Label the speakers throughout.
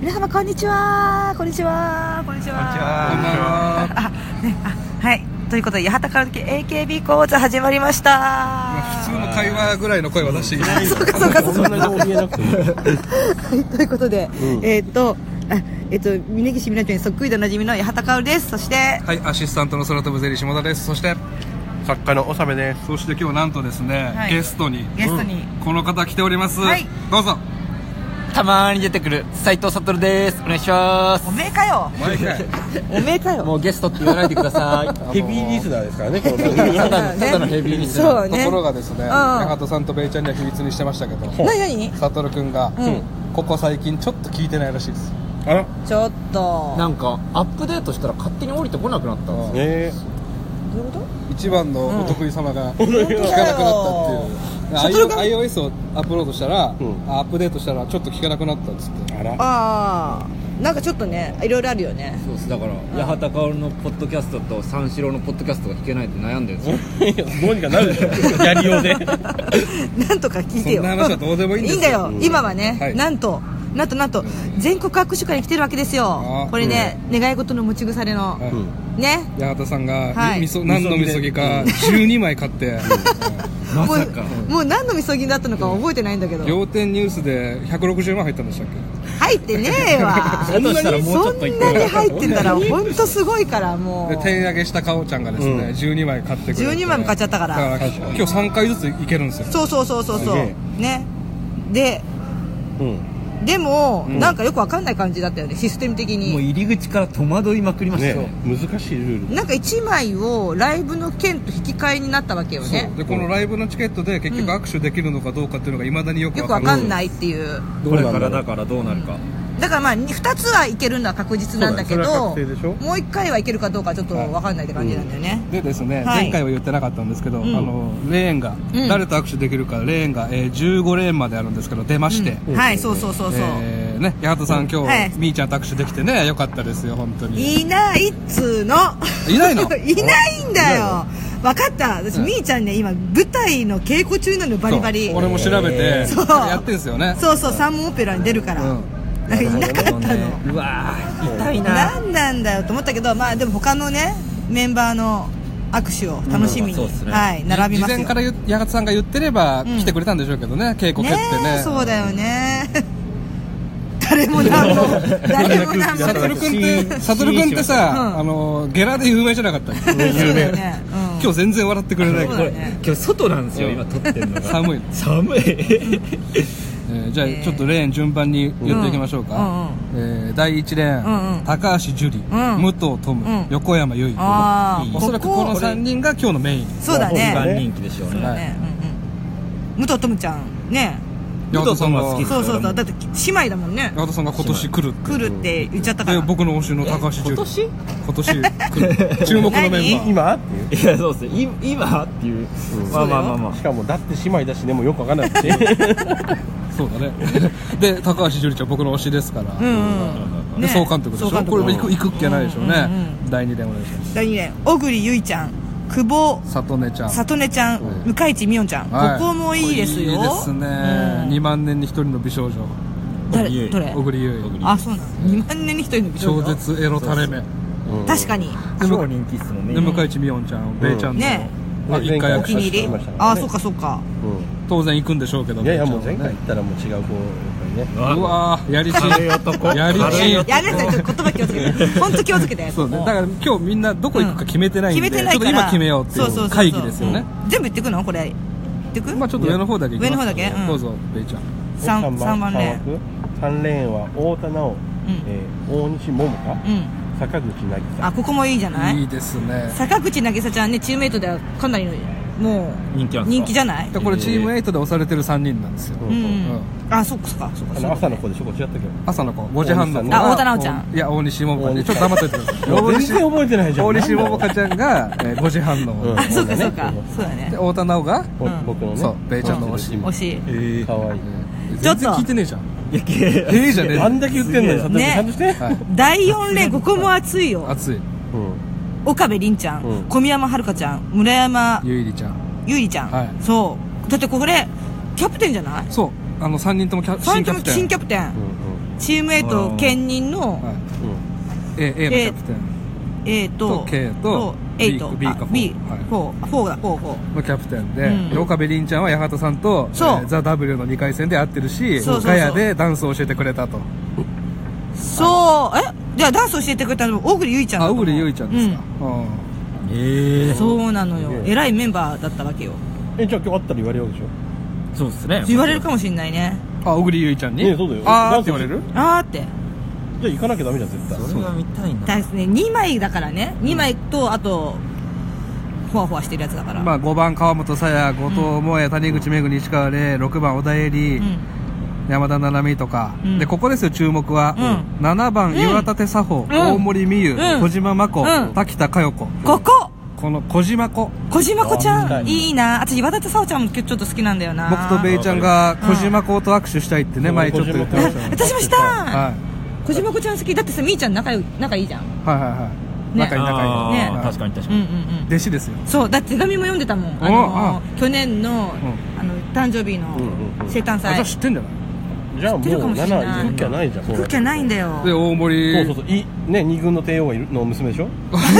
Speaker 1: 皆様こんにちはこんにちはこんにちは
Speaker 2: こんにちは
Speaker 1: あねあはいということで八幡カラオケ AKB 講座始まりました
Speaker 2: 普通の会話ぐらいの声は出していない
Speaker 1: そうかそうかそう
Speaker 3: そん
Speaker 1: か
Speaker 3: なに怯えなくても
Speaker 1: はい ということで、
Speaker 3: うん
Speaker 1: えーっとあえーっと峯岸みなちゃんにそっくりでおなじみの八幡カオルですそして
Speaker 2: はいアシスタントの空飛ぶゼリー下田ですそして
Speaker 3: 作家の納めです
Speaker 2: そして今日なんとですね、
Speaker 1: はい
Speaker 2: ゲストに
Speaker 1: ゲストに、
Speaker 2: この方来ております、
Speaker 1: はい
Speaker 2: どうぞ
Speaker 4: たまーに出てくる斉藤悟ですお願いします
Speaker 1: おめえかよ
Speaker 2: 毎回
Speaker 1: おめえかよ
Speaker 4: もうゲストって言わないでください
Speaker 3: ヘビーリスナーですからねこの番組
Speaker 4: ただのただのヘビーリスナー
Speaker 1: そうね
Speaker 2: ところがですね
Speaker 1: ん
Speaker 2: 長門さんとベイちゃんには秘密にしてましたけど
Speaker 1: なになに
Speaker 2: 悟君が、
Speaker 1: うん
Speaker 2: ここ最近ちょっと聞いてないらしいです
Speaker 3: あら
Speaker 1: ちょっと
Speaker 4: なんかアップデートしたら勝手に降りてこなくなったんですよ
Speaker 3: え
Speaker 1: どういうこと
Speaker 2: 一番のお得意様が、
Speaker 3: ん
Speaker 2: 聞かなくなったってい
Speaker 1: 本当
Speaker 2: う
Speaker 1: だ
Speaker 2: iO- iOS をアップロードしたら、
Speaker 3: うん
Speaker 2: あアップデートしたらちょっと聞かなくなったっつって
Speaker 3: あら
Speaker 1: ああなんかちょっとねいろいろあるよね
Speaker 4: そうですだから八幡薫のポッドキャストと三四郎のポッドキャストが聞けないって悩んでるんですよ
Speaker 3: いやどうにかなるでしょやりようで
Speaker 1: なんとか聞いてよ
Speaker 2: そんな話はどうでもいいんですよ
Speaker 1: だよ、今はね、
Speaker 2: はい
Speaker 1: なんとなんとなんと全国握手会に来てるわけですよ
Speaker 2: あ
Speaker 1: これね、願い事の持ち腐れの、
Speaker 2: はい
Speaker 3: うん
Speaker 1: ね
Speaker 2: 八幡さんが、
Speaker 1: はい
Speaker 2: みそ何のみそぎか12枚買って、
Speaker 4: ま
Speaker 1: も
Speaker 4: さか
Speaker 1: うもう何のみそぎだったのか覚えてないんだけど
Speaker 2: 仰天ニュースで160万入ったんでしたっけ
Speaker 1: 入ってねえ わ
Speaker 4: だとしたらもうちょっと
Speaker 1: そ
Speaker 4: 行
Speaker 1: ん
Speaker 4: っ
Speaker 1: な
Speaker 4: て
Speaker 1: に入ってたら本当すごいからも
Speaker 2: で
Speaker 1: う
Speaker 2: 手上げしたかおちゃんがですね、
Speaker 3: うん
Speaker 2: 12枚買ってくれて
Speaker 1: 12枚も買っちゃったから
Speaker 2: だから今日3回ずついけるんですよ
Speaker 1: そうそうそうそうそう
Speaker 3: すげ
Speaker 1: ねで
Speaker 3: うん
Speaker 1: でも、
Speaker 2: うん
Speaker 1: なんかよくわかんない感じだったよねシステム的
Speaker 4: もう
Speaker 1: に
Speaker 4: 入り口から戸惑いまくりました
Speaker 3: ね
Speaker 4: よ、
Speaker 3: 難しいルール
Speaker 1: なんか1枚をライブの券と引き換えになったわけよ
Speaker 2: そう
Speaker 1: ね
Speaker 2: でこのライブのチケットで結局握手できるのかどうかっていうのがいまだによく
Speaker 1: よ
Speaker 2: わ
Speaker 1: く
Speaker 2: か
Speaker 1: わ
Speaker 2: んない
Speaker 1: かんないっていう
Speaker 3: どう
Speaker 4: これ
Speaker 3: なんだろう
Speaker 4: からだからどうなるか
Speaker 1: だからまあに2つはいけるのは確実なんだけど
Speaker 3: そうだねそれは確定でしょ
Speaker 1: もう1回はいけるかどうかちょっとわかんないって感じなんだよね、
Speaker 2: でですね、
Speaker 1: はい
Speaker 2: 前回は言ってなかったんですけど、
Speaker 1: ん
Speaker 2: あのレーンが、
Speaker 1: うん
Speaker 2: 誰と握手できるかレーンが、えー15レーンまであるんですけど出まして、
Speaker 1: うんはいそうそうそうそう、
Speaker 2: えーね、八幡さん今日、
Speaker 1: はい
Speaker 2: みーちゃんと握手できてねよかったですよ本当に
Speaker 1: いないっつーの
Speaker 2: いない の
Speaker 1: いないんだよ分かった私、
Speaker 2: うん
Speaker 1: みーちゃんね今舞台の稽古中なのバリバリ
Speaker 2: そう俺も調べて、
Speaker 3: え
Speaker 1: そう
Speaker 2: やってんすよね
Speaker 1: そうそうサーモンオペラに出るから、
Speaker 2: うん
Speaker 1: なんかいなかったの、
Speaker 4: うわー痛いな
Speaker 1: 何なんだよと思ったけどまあでも他のねメンバーの握手を楽しみに、
Speaker 4: うんそうっすね
Speaker 1: はい並びますよ
Speaker 2: 事前から言八幡さんが言ってれば、
Speaker 1: ん
Speaker 2: 来てくれたんでしょうけどね稽古
Speaker 1: ね
Speaker 2: 蹴ってね
Speaker 1: えそうだよね 誰も何も誰も何も
Speaker 2: サトル君ってサトル君ってさ、あのゲラで有名じゃなかったっけ
Speaker 1: そうだよね、うん、
Speaker 2: 今日全然笑ってくれないけ
Speaker 1: そう
Speaker 2: ど
Speaker 1: だ、ね
Speaker 4: 今日外なんですよ、
Speaker 2: うん
Speaker 4: 今撮ってんのが
Speaker 2: 寒い
Speaker 4: 寒い
Speaker 2: えーじゃあ
Speaker 1: えー
Speaker 2: ちょっとレーン順番に言っていきましょうか、えー第1レーン、
Speaker 1: うんうん
Speaker 2: 高橋樹里、
Speaker 1: うん
Speaker 2: 武藤トム、
Speaker 1: うん
Speaker 2: 横山由依
Speaker 1: あー
Speaker 2: おそらくこ
Speaker 1: こ
Speaker 2: の
Speaker 1: こ
Speaker 2: 3人が今日のメイン
Speaker 1: そうだ
Speaker 4: 一番
Speaker 1: ね
Speaker 4: 人気でしょう
Speaker 1: そう
Speaker 4: ね
Speaker 1: だね、うんうん、武藤智ちゃんね
Speaker 4: 武藤トムは好き
Speaker 2: 八幡さん
Speaker 1: そう
Speaker 2: が
Speaker 1: そうそうだって姉妹だもんね
Speaker 2: 八幡さんが今年来るって
Speaker 1: 来るって言っちゃったか
Speaker 2: で
Speaker 1: ら
Speaker 2: 僕の推しの高橋樹里今年来る注目のメン
Speaker 3: 今っ
Speaker 2: バー
Speaker 3: ていう
Speaker 4: いやそうですねい今っていう、まあまあまあまあ
Speaker 3: しかもだって姉妹だしねもうよくわかんなくて
Speaker 2: そうだね で高橋樹里ちゃん僕の推しですから、
Speaker 1: うんうん
Speaker 2: で
Speaker 1: ね
Speaker 2: 総監督でしょ
Speaker 1: 総監
Speaker 2: これも行く行くっきゃないでしょうね、
Speaker 1: うん
Speaker 2: 第2レーンお願いします
Speaker 1: 第二年小栗ゆいちゃん久保
Speaker 2: 里根ちゃん
Speaker 1: 里音ちゃん、向井地美音ちゃん、
Speaker 2: はい
Speaker 1: ここもいいですよ
Speaker 2: いいですね、
Speaker 1: うん
Speaker 2: 2万年に1人の美少女
Speaker 1: 誰どれ
Speaker 2: 小栗優衣
Speaker 1: あそうなの2万年に1人の美少
Speaker 2: 超
Speaker 1: 女
Speaker 2: 絶エロ垂れ目
Speaker 1: 確かに
Speaker 4: 超人気っすもんね
Speaker 2: で向井地美音ちゃん、ベイちゃんの、
Speaker 1: ね
Speaker 2: まあ一回
Speaker 1: お気に入り
Speaker 3: 確かに確かに
Speaker 1: あそうかそうか
Speaker 3: う
Speaker 2: 当然行くんでしょうけど
Speaker 3: んいやいやもう
Speaker 2: ベイ
Speaker 3: 前回
Speaker 2: ちゃんはね
Speaker 3: 行ったらもう違う子やっぱりね
Speaker 2: うわーやりち
Speaker 4: 軽い男
Speaker 2: やり
Speaker 4: 軽い
Speaker 2: ち
Speaker 4: 男
Speaker 1: やるさちょっと言葉気をつけて本当気をつけて
Speaker 2: そうね
Speaker 1: こ
Speaker 2: だ
Speaker 1: こ
Speaker 2: から今日みんなどこ行くか決めてないんで、
Speaker 1: 決めてないから
Speaker 2: ちょっと今決めようって
Speaker 1: そうそ
Speaker 2: いう
Speaker 1: そうう
Speaker 2: 会議ですよね
Speaker 1: うん全部言ってくのこれ言ってく
Speaker 2: まあちょっと上の方だけ行きます
Speaker 1: 上の方だけうん
Speaker 2: どうぞベイちゃん
Speaker 1: 三三番ね
Speaker 3: 3レーンは太田直、えー大西桃香、
Speaker 1: うん
Speaker 3: 坂口渚
Speaker 1: あここもいいじゃないい
Speaker 2: いですね
Speaker 1: 坂口渚ちゃんねチームメイトではかなりのも
Speaker 4: 人気な
Speaker 1: うん
Speaker 4: ですか
Speaker 1: 人気じゃない
Speaker 2: でこれチーム8で押されてる3人なんですよ、
Speaker 1: う
Speaker 3: うん
Speaker 2: うん
Speaker 1: んあそっかそっかそっか
Speaker 3: あの朝の子でしょこっちやったけど
Speaker 2: 朝の子5時半の子
Speaker 1: あ大田奈央ちゃ
Speaker 2: んいや大西桃香ちゃんちょっと黙っててください
Speaker 3: 全然覚えてないじゃん
Speaker 2: 大西桃香ちゃんが、えー5時半の、
Speaker 3: うん
Speaker 1: あそうかそうか
Speaker 3: そうだね
Speaker 1: そうだね
Speaker 2: で太田奈央が
Speaker 3: お
Speaker 1: うん
Speaker 3: 僕のね
Speaker 2: そうベイちゃんの推し
Speaker 1: 惜しい
Speaker 4: え
Speaker 3: かわいい
Speaker 1: ちょっと
Speaker 2: 全然聞いてねえじゃん
Speaker 4: え
Speaker 2: ええじゃねえ
Speaker 3: あんだけ言ってんのに佐藤
Speaker 1: ね
Speaker 3: ちゃんとして
Speaker 2: はい
Speaker 1: 第4連ここも熱いよ
Speaker 2: 熱い
Speaker 3: うん
Speaker 1: 岡部凛ちゃん、
Speaker 3: うん
Speaker 1: 小宮山遥ちゃん村山
Speaker 2: ゆいりちゃん
Speaker 1: 優里ちゃん、
Speaker 2: はい
Speaker 1: そうだってこれキャプテンじゃない
Speaker 2: そうあの3人ともキャ
Speaker 1: 3人
Speaker 2: 新キ
Speaker 1: と
Speaker 2: ャ
Speaker 1: も
Speaker 2: プテン
Speaker 1: 新キャプテン
Speaker 3: うん
Speaker 1: チームエイト兼任の、
Speaker 2: はい
Speaker 5: うん、
Speaker 2: A, A のキャプテン
Speaker 1: A と
Speaker 2: と K と
Speaker 1: A と
Speaker 2: B か
Speaker 1: B
Speaker 2: 4はい
Speaker 1: 4 4だ4 4
Speaker 2: のキャプテンで、
Speaker 1: うん
Speaker 2: で岡部凛ちゃんは八幡さんと、え
Speaker 1: そう
Speaker 2: ーザ・ W の2回戦で会ってるし
Speaker 1: そうそうそう
Speaker 2: ガヤでダンスを教えてくれたと
Speaker 1: そうえじゃあダンス教えてくれたのも小栗ゆいちゃんだ
Speaker 2: あ
Speaker 1: と
Speaker 2: 小
Speaker 1: 思う
Speaker 2: 栗ゆいちゃんですか、うん
Speaker 4: え
Speaker 1: う
Speaker 4: え
Speaker 1: んそうなのよ
Speaker 5: すげえ
Speaker 1: 偉いメンバーだったわけよ
Speaker 5: えじゃあ今日会ったら言われようでしょ
Speaker 4: そうっすね
Speaker 1: 言われるかもしんないね
Speaker 2: あ小栗ゆいちゃんに、
Speaker 5: ねえそうだよ
Speaker 2: あー
Speaker 5: ダ
Speaker 2: っ
Speaker 5: ン
Speaker 2: て
Speaker 5: ス
Speaker 2: 言われる
Speaker 1: あーって
Speaker 5: じゃあ行かなきゃダメじゃん絶対
Speaker 4: それが見たいな
Speaker 1: だですね2枚だからね2枚とあとふわふわしてるやつだから
Speaker 2: まあ、5番川本沙耶後藤萌、谷口めぐ西川玲6番小田恵
Speaker 1: う
Speaker 2: 里、
Speaker 1: ん
Speaker 2: 山田七海とか、
Speaker 1: うん
Speaker 2: でここですよ注目は、
Speaker 1: う
Speaker 2: 7番岩立佐保、大森美優、
Speaker 1: うん
Speaker 2: 小島真子、
Speaker 1: うん
Speaker 2: 滝田佳代子
Speaker 1: ここ
Speaker 2: この小島子
Speaker 1: 小島子ちゃ
Speaker 5: あ
Speaker 1: ん
Speaker 5: 見たい
Speaker 1: いいなあ私岩立沙央ちゃんも今日ちょっと好きなんだよな
Speaker 2: 僕とベイちゃんが小島子と握手したいってね、
Speaker 5: うん
Speaker 2: 前ちょっと言ってましたよね、
Speaker 1: 私もした、
Speaker 2: はい
Speaker 1: 小島子ちゃん好きだってさみーちゃん仲よ仲いいじゃん
Speaker 2: はいはいはい、
Speaker 1: ね
Speaker 2: 仲いい仲いい、
Speaker 4: あ
Speaker 1: ね
Speaker 4: ー
Speaker 2: はい
Speaker 4: 確かに確
Speaker 1: う
Speaker 4: か
Speaker 1: んうん
Speaker 4: に、
Speaker 1: うん
Speaker 2: 弟子ですよ
Speaker 1: そうだって手紙も読んでたもん、あ
Speaker 2: お
Speaker 1: のー去年の,、
Speaker 2: ん
Speaker 1: あの誕生日の
Speaker 5: うんうんうん
Speaker 1: 生誕
Speaker 2: あじ
Speaker 1: 祭
Speaker 2: ゃあ知ってんじゃない
Speaker 5: じゃあもう
Speaker 1: 知ってるかもしれない
Speaker 5: 7行くきゃないじゃん
Speaker 1: 食っきゃないんだよ
Speaker 2: で大森
Speaker 5: そうそうそういね二軍の帝王がいるの娘でしょ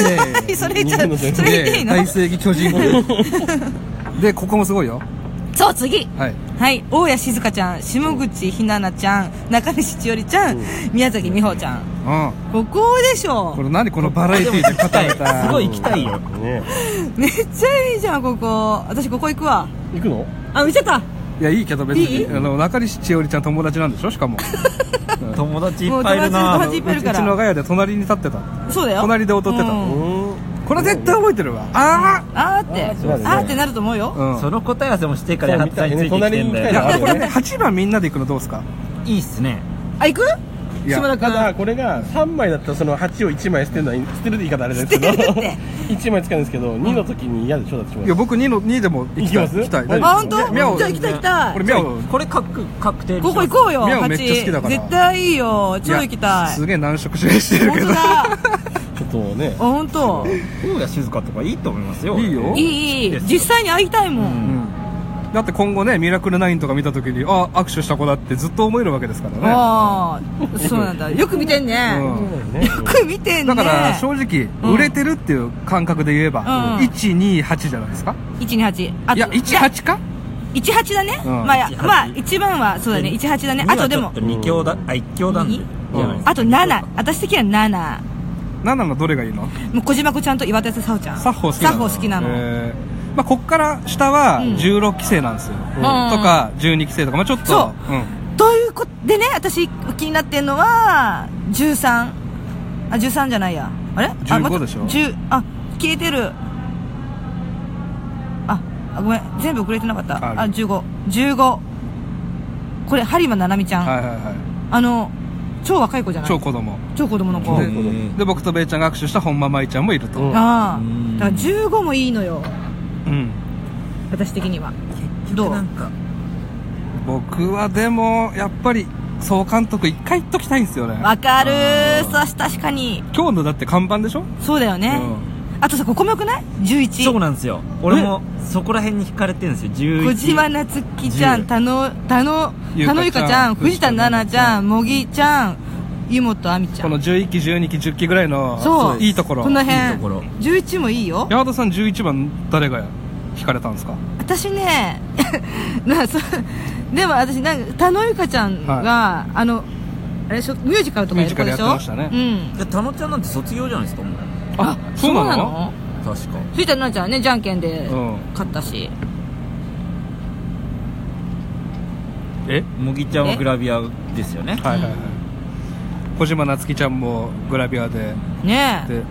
Speaker 1: それじゃ
Speaker 5: 日本の全
Speaker 1: それ言っていいの
Speaker 2: 大正義巨人軍 でここもすごいよ
Speaker 1: そう次
Speaker 2: はい
Speaker 1: はい大谷静香ちゃん下口ひななちゃん中西千織ちゃん、宮崎美穂ちゃん
Speaker 2: う
Speaker 1: ここでしょ
Speaker 2: んこれ何このバラエティで固めた
Speaker 4: すごい行きたいよ
Speaker 5: ね
Speaker 1: めっちゃいいじゃんここ私ここ行くわ
Speaker 5: 行くの
Speaker 1: あ見ちゃった
Speaker 2: いやいいけど別
Speaker 1: い
Speaker 2: に
Speaker 1: い
Speaker 2: あの中西千織ちゃん友達なんでしょしかも
Speaker 4: 友達いっぱいいる
Speaker 1: もう
Speaker 4: な
Speaker 1: 友達いっぱいいるか
Speaker 2: うちの
Speaker 1: ら
Speaker 2: ガヤで隣に立ってた
Speaker 1: そうだよ
Speaker 2: 隣で踊ってた
Speaker 1: う
Speaker 5: うんん
Speaker 2: これ絶対覚えてるわあ
Speaker 1: あーって
Speaker 5: あーそうだね
Speaker 1: あーってなると思うよ、
Speaker 2: あ
Speaker 4: その答え合わせもしてから
Speaker 5: そう
Speaker 4: 八幡さんについてきてんだ
Speaker 5: 隣に行きた
Speaker 2: い
Speaker 5: い
Speaker 4: よ
Speaker 2: やこれね8番みんなで行くのどうですか
Speaker 4: いいっすね
Speaker 1: あ行く
Speaker 2: いや
Speaker 1: 島田
Speaker 5: た
Speaker 1: 君
Speaker 5: だこれが3枚だったらその8を1枚捨てるのはい捨てるって言い方あれですけど
Speaker 1: 捨て るって
Speaker 5: 1枚使うんですけど2の時に嫌でしょだってしま
Speaker 2: いや僕2の2でも行きたい
Speaker 5: 行きます
Speaker 2: 行きたい
Speaker 1: あ本当
Speaker 2: いやミャオ
Speaker 1: じゃあ行きたい行きたい
Speaker 2: 俺ミャオ
Speaker 4: これ確確定にしま
Speaker 1: こ
Speaker 4: す
Speaker 1: こ行こうよ
Speaker 2: ミャオ
Speaker 1: 八
Speaker 2: めっちゃ好きだから
Speaker 1: 絶対いいよ超行きた
Speaker 2: や
Speaker 1: い
Speaker 2: すげえ難色示してる
Speaker 1: 本当
Speaker 2: けど
Speaker 1: だあ
Speaker 5: ちょっとね
Speaker 1: 本 当
Speaker 4: 大谷静香とかいいと思いますよ
Speaker 2: いいよ
Speaker 1: いいいい
Speaker 4: です
Speaker 1: 実際に会いたいもん、
Speaker 4: ん
Speaker 2: だって今後ね「ミラクル9」とか見た時にあ握手した子だってずっと思えるわけですからね
Speaker 1: ああそうなんだよく見てんね、
Speaker 2: うん
Speaker 5: ね
Speaker 1: よく見てんね
Speaker 2: だから正直
Speaker 1: うん
Speaker 2: 売れてるっていう感覚で言えば、
Speaker 1: うん
Speaker 2: 128じゃないですか
Speaker 1: 128あ
Speaker 2: いや
Speaker 1: いや
Speaker 2: 18か
Speaker 1: 18だね、
Speaker 2: うん
Speaker 1: まあや
Speaker 4: 18
Speaker 1: まあ一番はそうだね18だねあとでも
Speaker 4: 2強だあ1強なんで
Speaker 1: いい
Speaker 4: じゃないですか
Speaker 1: あと7私的には7
Speaker 2: 7のどれがいいの
Speaker 1: もう小島子ちゃんと岩手沙央ちゃん
Speaker 2: サッホー好きなの
Speaker 1: サッホー好きなの、
Speaker 2: えーまあ、こっから下は
Speaker 1: うん
Speaker 2: 16期生なんですよ、とか12期生とか、まあ、ちょっと
Speaker 1: そ
Speaker 2: うん
Speaker 1: ということでね私気になってんのは13あ13じゃないやあれあ
Speaker 2: 15
Speaker 1: また
Speaker 2: でしょ
Speaker 1: 10あ消えてるああごめん全部遅れてなかった
Speaker 2: あ
Speaker 1: あ1515これ播磨七海ちゃん、
Speaker 2: はいはいはい
Speaker 1: あの超若い子じゃない
Speaker 2: 超子供
Speaker 1: 超子供の子、
Speaker 2: で
Speaker 4: うん
Speaker 2: で僕とべイちゃんが握手した本間舞ちゃんもいると、
Speaker 5: うん
Speaker 1: ああ
Speaker 4: うん
Speaker 1: だから15もいいのよ
Speaker 2: うん
Speaker 1: 私的にはどう
Speaker 4: なんか
Speaker 2: 僕はでもやっぱり総監督一回行っときたいんですよね
Speaker 1: わかるーそう確かに
Speaker 2: 今日のだって看板でしょ
Speaker 1: そうだよね、あとさここもよくない ?11
Speaker 4: そうなんですよ俺もそこら辺に惹かれてるんですよ
Speaker 1: 小島
Speaker 4: 11
Speaker 1: なつきちゃん、
Speaker 4: 10
Speaker 1: 田野、田野、
Speaker 2: ゆう
Speaker 1: 田
Speaker 2: かちゃん
Speaker 1: 野ゆかちゃん、藤田奈々ちゃん、茂木ちゃん、湯本亜美ちゃ
Speaker 2: こ
Speaker 1: ん。
Speaker 2: の11期12期10期ぐらいの
Speaker 1: そう。
Speaker 2: いいところ
Speaker 1: この
Speaker 4: いいところ
Speaker 1: 辺。11もいいよ。
Speaker 2: 矢幡さん11番誰が引かれたんですか
Speaker 1: 私ね、 な、そう、でも私なんか、田野ゆかちゃんが、あの、あれでしょ、ミュージカルとかやる子でしょ
Speaker 2: ミュージカルやって
Speaker 1: う
Speaker 2: ました
Speaker 1: ん。
Speaker 4: で田野ちゃんなんて卒業じゃないですかもう
Speaker 2: あそうなの
Speaker 4: 確か
Speaker 1: 藤田奈々ちゃんね、じゃんけんで
Speaker 2: うん
Speaker 1: 勝ったし。
Speaker 2: え
Speaker 4: 茂木ちゃんはグラビアですよね
Speaker 2: はいはいはい小島なつきちゃんもグラビアで
Speaker 1: ねえ。
Speaker 2: で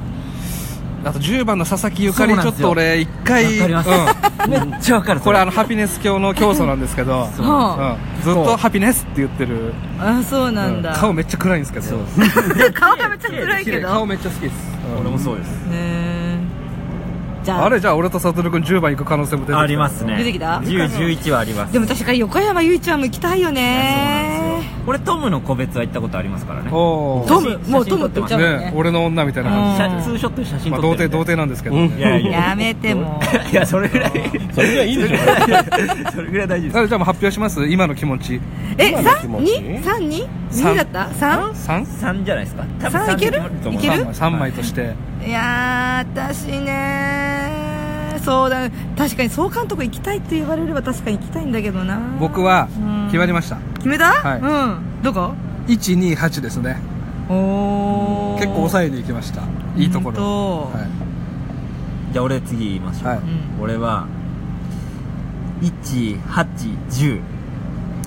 Speaker 2: あと10番の佐々木ゆかり
Speaker 4: そう
Speaker 2: ちょ
Speaker 4: な
Speaker 2: っ
Speaker 4: んですよ
Speaker 2: と俺一回
Speaker 4: わかります
Speaker 2: うん
Speaker 4: めっちゃわかる
Speaker 2: これあ
Speaker 4: の
Speaker 2: のハピネス教の教祖なんですけど
Speaker 4: そう
Speaker 1: はあ
Speaker 2: うんずっとハピネスって言ってる
Speaker 1: あ、そうなんだ。
Speaker 2: うん顔めっちゃ暗いんですけど
Speaker 4: そう
Speaker 1: 顔がめっちゃ暗いけど。
Speaker 2: 顔めっちゃ好きです
Speaker 4: 俺もそうです
Speaker 1: ねえ。じゃあ
Speaker 2: あれじゃあ俺と悟君10番行く可能性も出てきた
Speaker 4: ありますね
Speaker 1: 出てきた
Speaker 4: 1011はあります
Speaker 1: でも確かに横山由依ちゃんも行きたいよね
Speaker 4: いやそうなんで俺トムの個別は行ったことありますからね
Speaker 2: お
Speaker 1: ト
Speaker 2: ー
Speaker 1: ムもうトムって言っちゃうもん
Speaker 2: ね
Speaker 1: ね
Speaker 2: 俺の女みたいな
Speaker 1: うん
Speaker 2: 感
Speaker 4: 写
Speaker 1: うん
Speaker 4: ツーショットで写
Speaker 2: じ
Speaker 4: 真
Speaker 2: まあ
Speaker 4: 撮
Speaker 2: 童
Speaker 4: っ
Speaker 2: 貞
Speaker 4: てる
Speaker 2: 童
Speaker 4: みた
Speaker 2: 貞
Speaker 4: い
Speaker 2: なんですけどね
Speaker 4: いやいや
Speaker 1: やめてもう
Speaker 4: いやそれぐらい
Speaker 5: それじゃいいでしょ
Speaker 4: それぐらい大事
Speaker 2: じゃ
Speaker 4: で
Speaker 2: あじゃあもう発表します今の気持ち
Speaker 1: え
Speaker 5: 今の気
Speaker 1: 三
Speaker 5: 持ち
Speaker 1: 二三二
Speaker 2: 三
Speaker 1: 二だった三
Speaker 2: 3?
Speaker 4: す3じゃないですか多
Speaker 1: 三
Speaker 4: 分
Speaker 1: いける
Speaker 4: 3だと思う
Speaker 1: いける
Speaker 2: 3枚として
Speaker 1: いやー私ねそうだ確かに総監督行きたいって言われれば確かに行きたいんだけどな
Speaker 2: 僕は
Speaker 1: うん
Speaker 2: 決まりました
Speaker 1: 決めた、
Speaker 2: はい
Speaker 1: うんどこ
Speaker 2: 128ですね
Speaker 1: おお
Speaker 2: 結構抑えに行きましたいいところ
Speaker 1: ろ
Speaker 2: は
Speaker 4: じゃあ俺次言いましょうか、
Speaker 2: はい
Speaker 4: 俺は1810
Speaker 2: い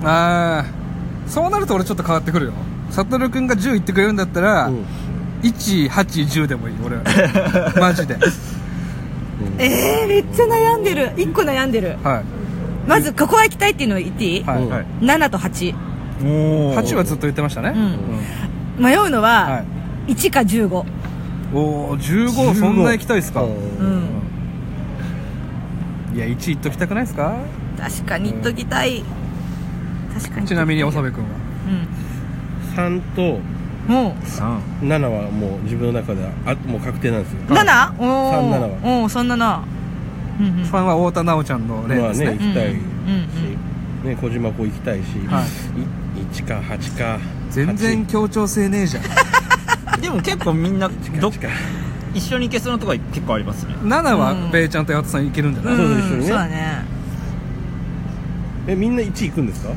Speaker 2: ああそうなると俺ちょっと変わってくるよ悟く君が10言ってくれるんだったら、
Speaker 5: うん
Speaker 2: 1810でもいい俺 マジで
Speaker 1: えー、めっちゃ悩んでる一個悩んでる
Speaker 2: は
Speaker 1: まずここは行きたいっていうのを言っていい、
Speaker 2: い、は
Speaker 5: うん
Speaker 2: い
Speaker 1: 7と8、
Speaker 4: お
Speaker 2: 8はずっと言ってましたね、
Speaker 1: 迷うの
Speaker 2: は、
Speaker 1: はい1か15、
Speaker 2: おお15そんな行きたいですか、
Speaker 1: う
Speaker 5: うん
Speaker 1: ん、
Speaker 2: いや1いっときたくないですか
Speaker 1: 確かに言っときたい、確かに
Speaker 2: ちなみに長
Speaker 1: べ
Speaker 2: 部君は
Speaker 5: 3と
Speaker 1: うんも
Speaker 4: 3
Speaker 5: 7はもう自分の中ではあもう確定なんですよ
Speaker 1: う 7? お
Speaker 5: 37
Speaker 1: おおお37うんうん
Speaker 2: 3は太田奈緒ちゃんの例
Speaker 5: ま
Speaker 2: で
Speaker 5: あ
Speaker 2: すね,、
Speaker 5: ね行きたいし、
Speaker 1: うんうん
Speaker 5: ね、小島子行きたいし、、
Speaker 2: はい
Speaker 5: 1か8か
Speaker 2: 全然協調性ねえじゃん
Speaker 4: でも結構みんなどっ
Speaker 5: 8か
Speaker 4: 一緒に行けそうなとこは結構ありますね
Speaker 2: 7
Speaker 1: う
Speaker 2: は
Speaker 1: ん
Speaker 2: ベイちゃんと八幡さんいけるんじゃない、
Speaker 5: そうそう一緒にね
Speaker 1: そうだね
Speaker 5: えみんな1行くんですか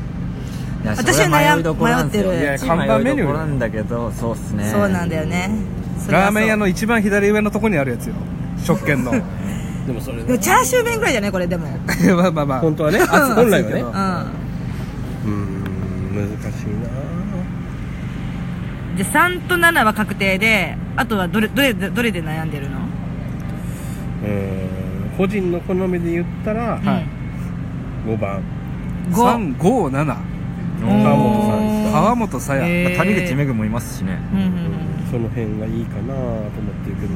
Speaker 1: 私は悩ん迷ってる
Speaker 4: いや
Speaker 2: 看板メニュー
Speaker 4: 迷いどころなんだけどそうっすね
Speaker 1: そうなんだよねそれは
Speaker 2: ラ
Speaker 1: そう
Speaker 2: ーメン屋の一番左上のとこにあるやつよ食券の
Speaker 5: でもそれ
Speaker 1: でもチャーシュー麺ぐらいじゃないこれでもうん
Speaker 2: いや まあまあまあ
Speaker 5: 本当は ね
Speaker 2: 熱い
Speaker 5: 本来は
Speaker 2: 熱いけ
Speaker 5: ね
Speaker 2: ど
Speaker 5: うーん難しいな
Speaker 1: で3と7は確定であとはどれどれどれで悩んでるの
Speaker 5: うーん個人の好みで言ったら、
Speaker 2: はい
Speaker 5: 5番
Speaker 1: 5
Speaker 2: 357
Speaker 5: 川本さんですか
Speaker 2: 川本さや、
Speaker 1: へ
Speaker 4: ま
Speaker 1: え
Speaker 4: あ
Speaker 1: ー
Speaker 4: 谷口めぐもいますしね
Speaker 1: うんうんうん
Speaker 5: その辺がいいかなと思ってるけど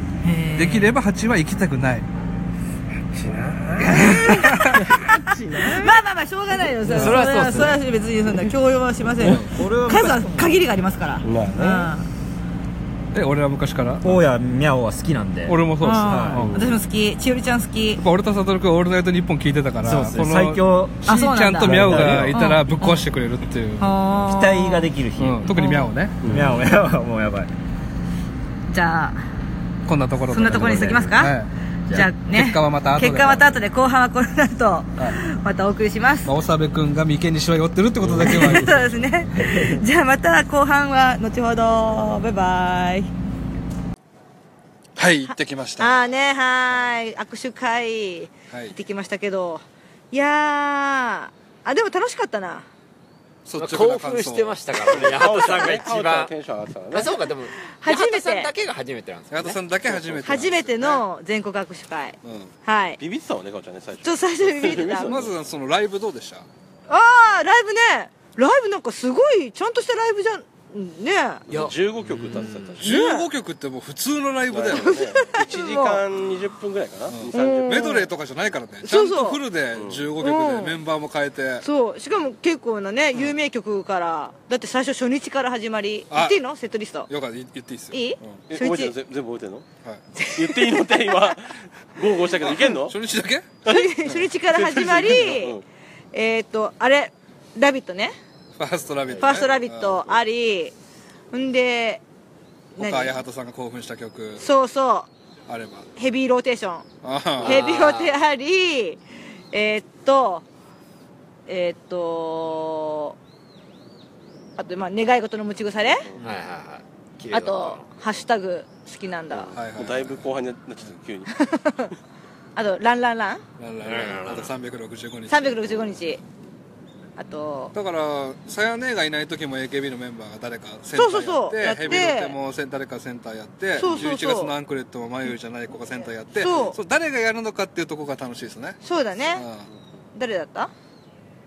Speaker 1: へー
Speaker 2: できれば8は行きたくない
Speaker 1: まあまあまあしょうがないよそれ
Speaker 4: それはそうっすね
Speaker 1: それは別にそんな強要はしませんよ数は限りがありますからうん
Speaker 5: まあね
Speaker 2: え俺は昔から
Speaker 4: 大家みゃおは好きなんで
Speaker 2: 俺もそうです
Speaker 1: あー
Speaker 2: うんやっ
Speaker 1: 私も好き千織ちゃん好き
Speaker 2: ぱ俺と悟君は「オールナイトニッポン」聞いてたから
Speaker 4: そうっすね
Speaker 2: この
Speaker 4: 最強
Speaker 2: し
Speaker 1: あそうなんだ
Speaker 2: ーちゃんとミャオがいたらぶっ壊してくれるっていう、
Speaker 1: 期
Speaker 4: 期待ができる日
Speaker 2: うん、特にミャオね
Speaker 4: みゃおみゃおはもうやばい
Speaker 1: じゃあ
Speaker 2: こんなところで
Speaker 1: そんなところにしときますか
Speaker 2: はい
Speaker 1: じゃあね
Speaker 2: 結果はまた後で
Speaker 1: 結果はまた後で後半はこの後
Speaker 2: は
Speaker 1: またお送りします
Speaker 2: まあ、長部君が眉間にしわ寄ってるってことだけは
Speaker 1: そうですねじゃあまた後半は後ほどバイバイ
Speaker 2: はい行ってきました
Speaker 1: ああねはい握手会
Speaker 2: はい
Speaker 1: 行ってきましたけどいやーあでも楽しかったな
Speaker 6: 興奮してましたからね八幡さんが一番
Speaker 5: ンション上がったか
Speaker 6: あそうかでも
Speaker 1: 初めて
Speaker 6: 八幡さんだけが初めてなんですよ
Speaker 2: 八幡さんだけ初めて
Speaker 1: 初めての全国握手会はいち
Speaker 5: ビビってたもんねかおちゃんね最初
Speaker 1: ょっと最初に見てたあ
Speaker 2: まずはそのライブどうでした
Speaker 1: あーライブねライブなんかすごいちゃんとしたライブじゃんね
Speaker 6: いや
Speaker 5: 15曲歌ってた確か
Speaker 2: 15曲ってもう普通のライブだよね
Speaker 5: 1時間20分ぐらいかな、2 30分
Speaker 2: メドレーとかじゃないからねちゃ
Speaker 1: そうんそう
Speaker 2: とフルで15曲でメンバーも変えて
Speaker 1: そうしかも結構なね有名曲からだって最初初日から始まり
Speaker 2: あ
Speaker 1: 言っていいのセットリスト
Speaker 2: よかった言っていいっすよ
Speaker 1: いい
Speaker 5: え
Speaker 1: 初
Speaker 5: 覚えてるの
Speaker 1: 日
Speaker 5: ぜ全部覚えてる の
Speaker 2: はい
Speaker 5: 言っていいのって今豪語したけどいけんの
Speaker 2: 初日だけ
Speaker 1: 初日から始まり
Speaker 5: うん
Speaker 1: えっとあれ「ラビット!」ね
Speaker 2: ファーストラビ
Speaker 1: 「
Speaker 2: ットね
Speaker 1: ファーストラビット!」ありんで
Speaker 2: 他八幡さんが興奮した曲
Speaker 1: そうそ
Speaker 2: あれば
Speaker 1: うヘビーローテーション
Speaker 2: あ
Speaker 1: ヘ
Speaker 2: あ
Speaker 1: ビロテありえーっとえーっとあとまあ願い事の持ち腐れ
Speaker 6: はいはいはい綺麗だ
Speaker 1: あ
Speaker 6: った
Speaker 1: と「ハッシュタグ好きなんだ」
Speaker 2: はいは
Speaker 5: も
Speaker 2: いう
Speaker 5: だいぶ後半になっちゃった急に
Speaker 1: あと「ランランラン
Speaker 2: ララララあと365」日
Speaker 1: 365日あと
Speaker 2: だからさやねがいない時も AKB のメンバーが誰かセンタ
Speaker 1: そうそう
Speaker 2: ー
Speaker 1: そうや
Speaker 2: や
Speaker 1: っ
Speaker 2: っててヘビロテもセン誰かセンターやって
Speaker 1: そうそうそう
Speaker 2: 11月のアンクレットも眉じゃない子がセンターやって
Speaker 1: そう
Speaker 2: そう誰がやるのかっていうとこが楽しいですね
Speaker 1: そうだね
Speaker 2: う
Speaker 1: 誰だった
Speaker 2: ん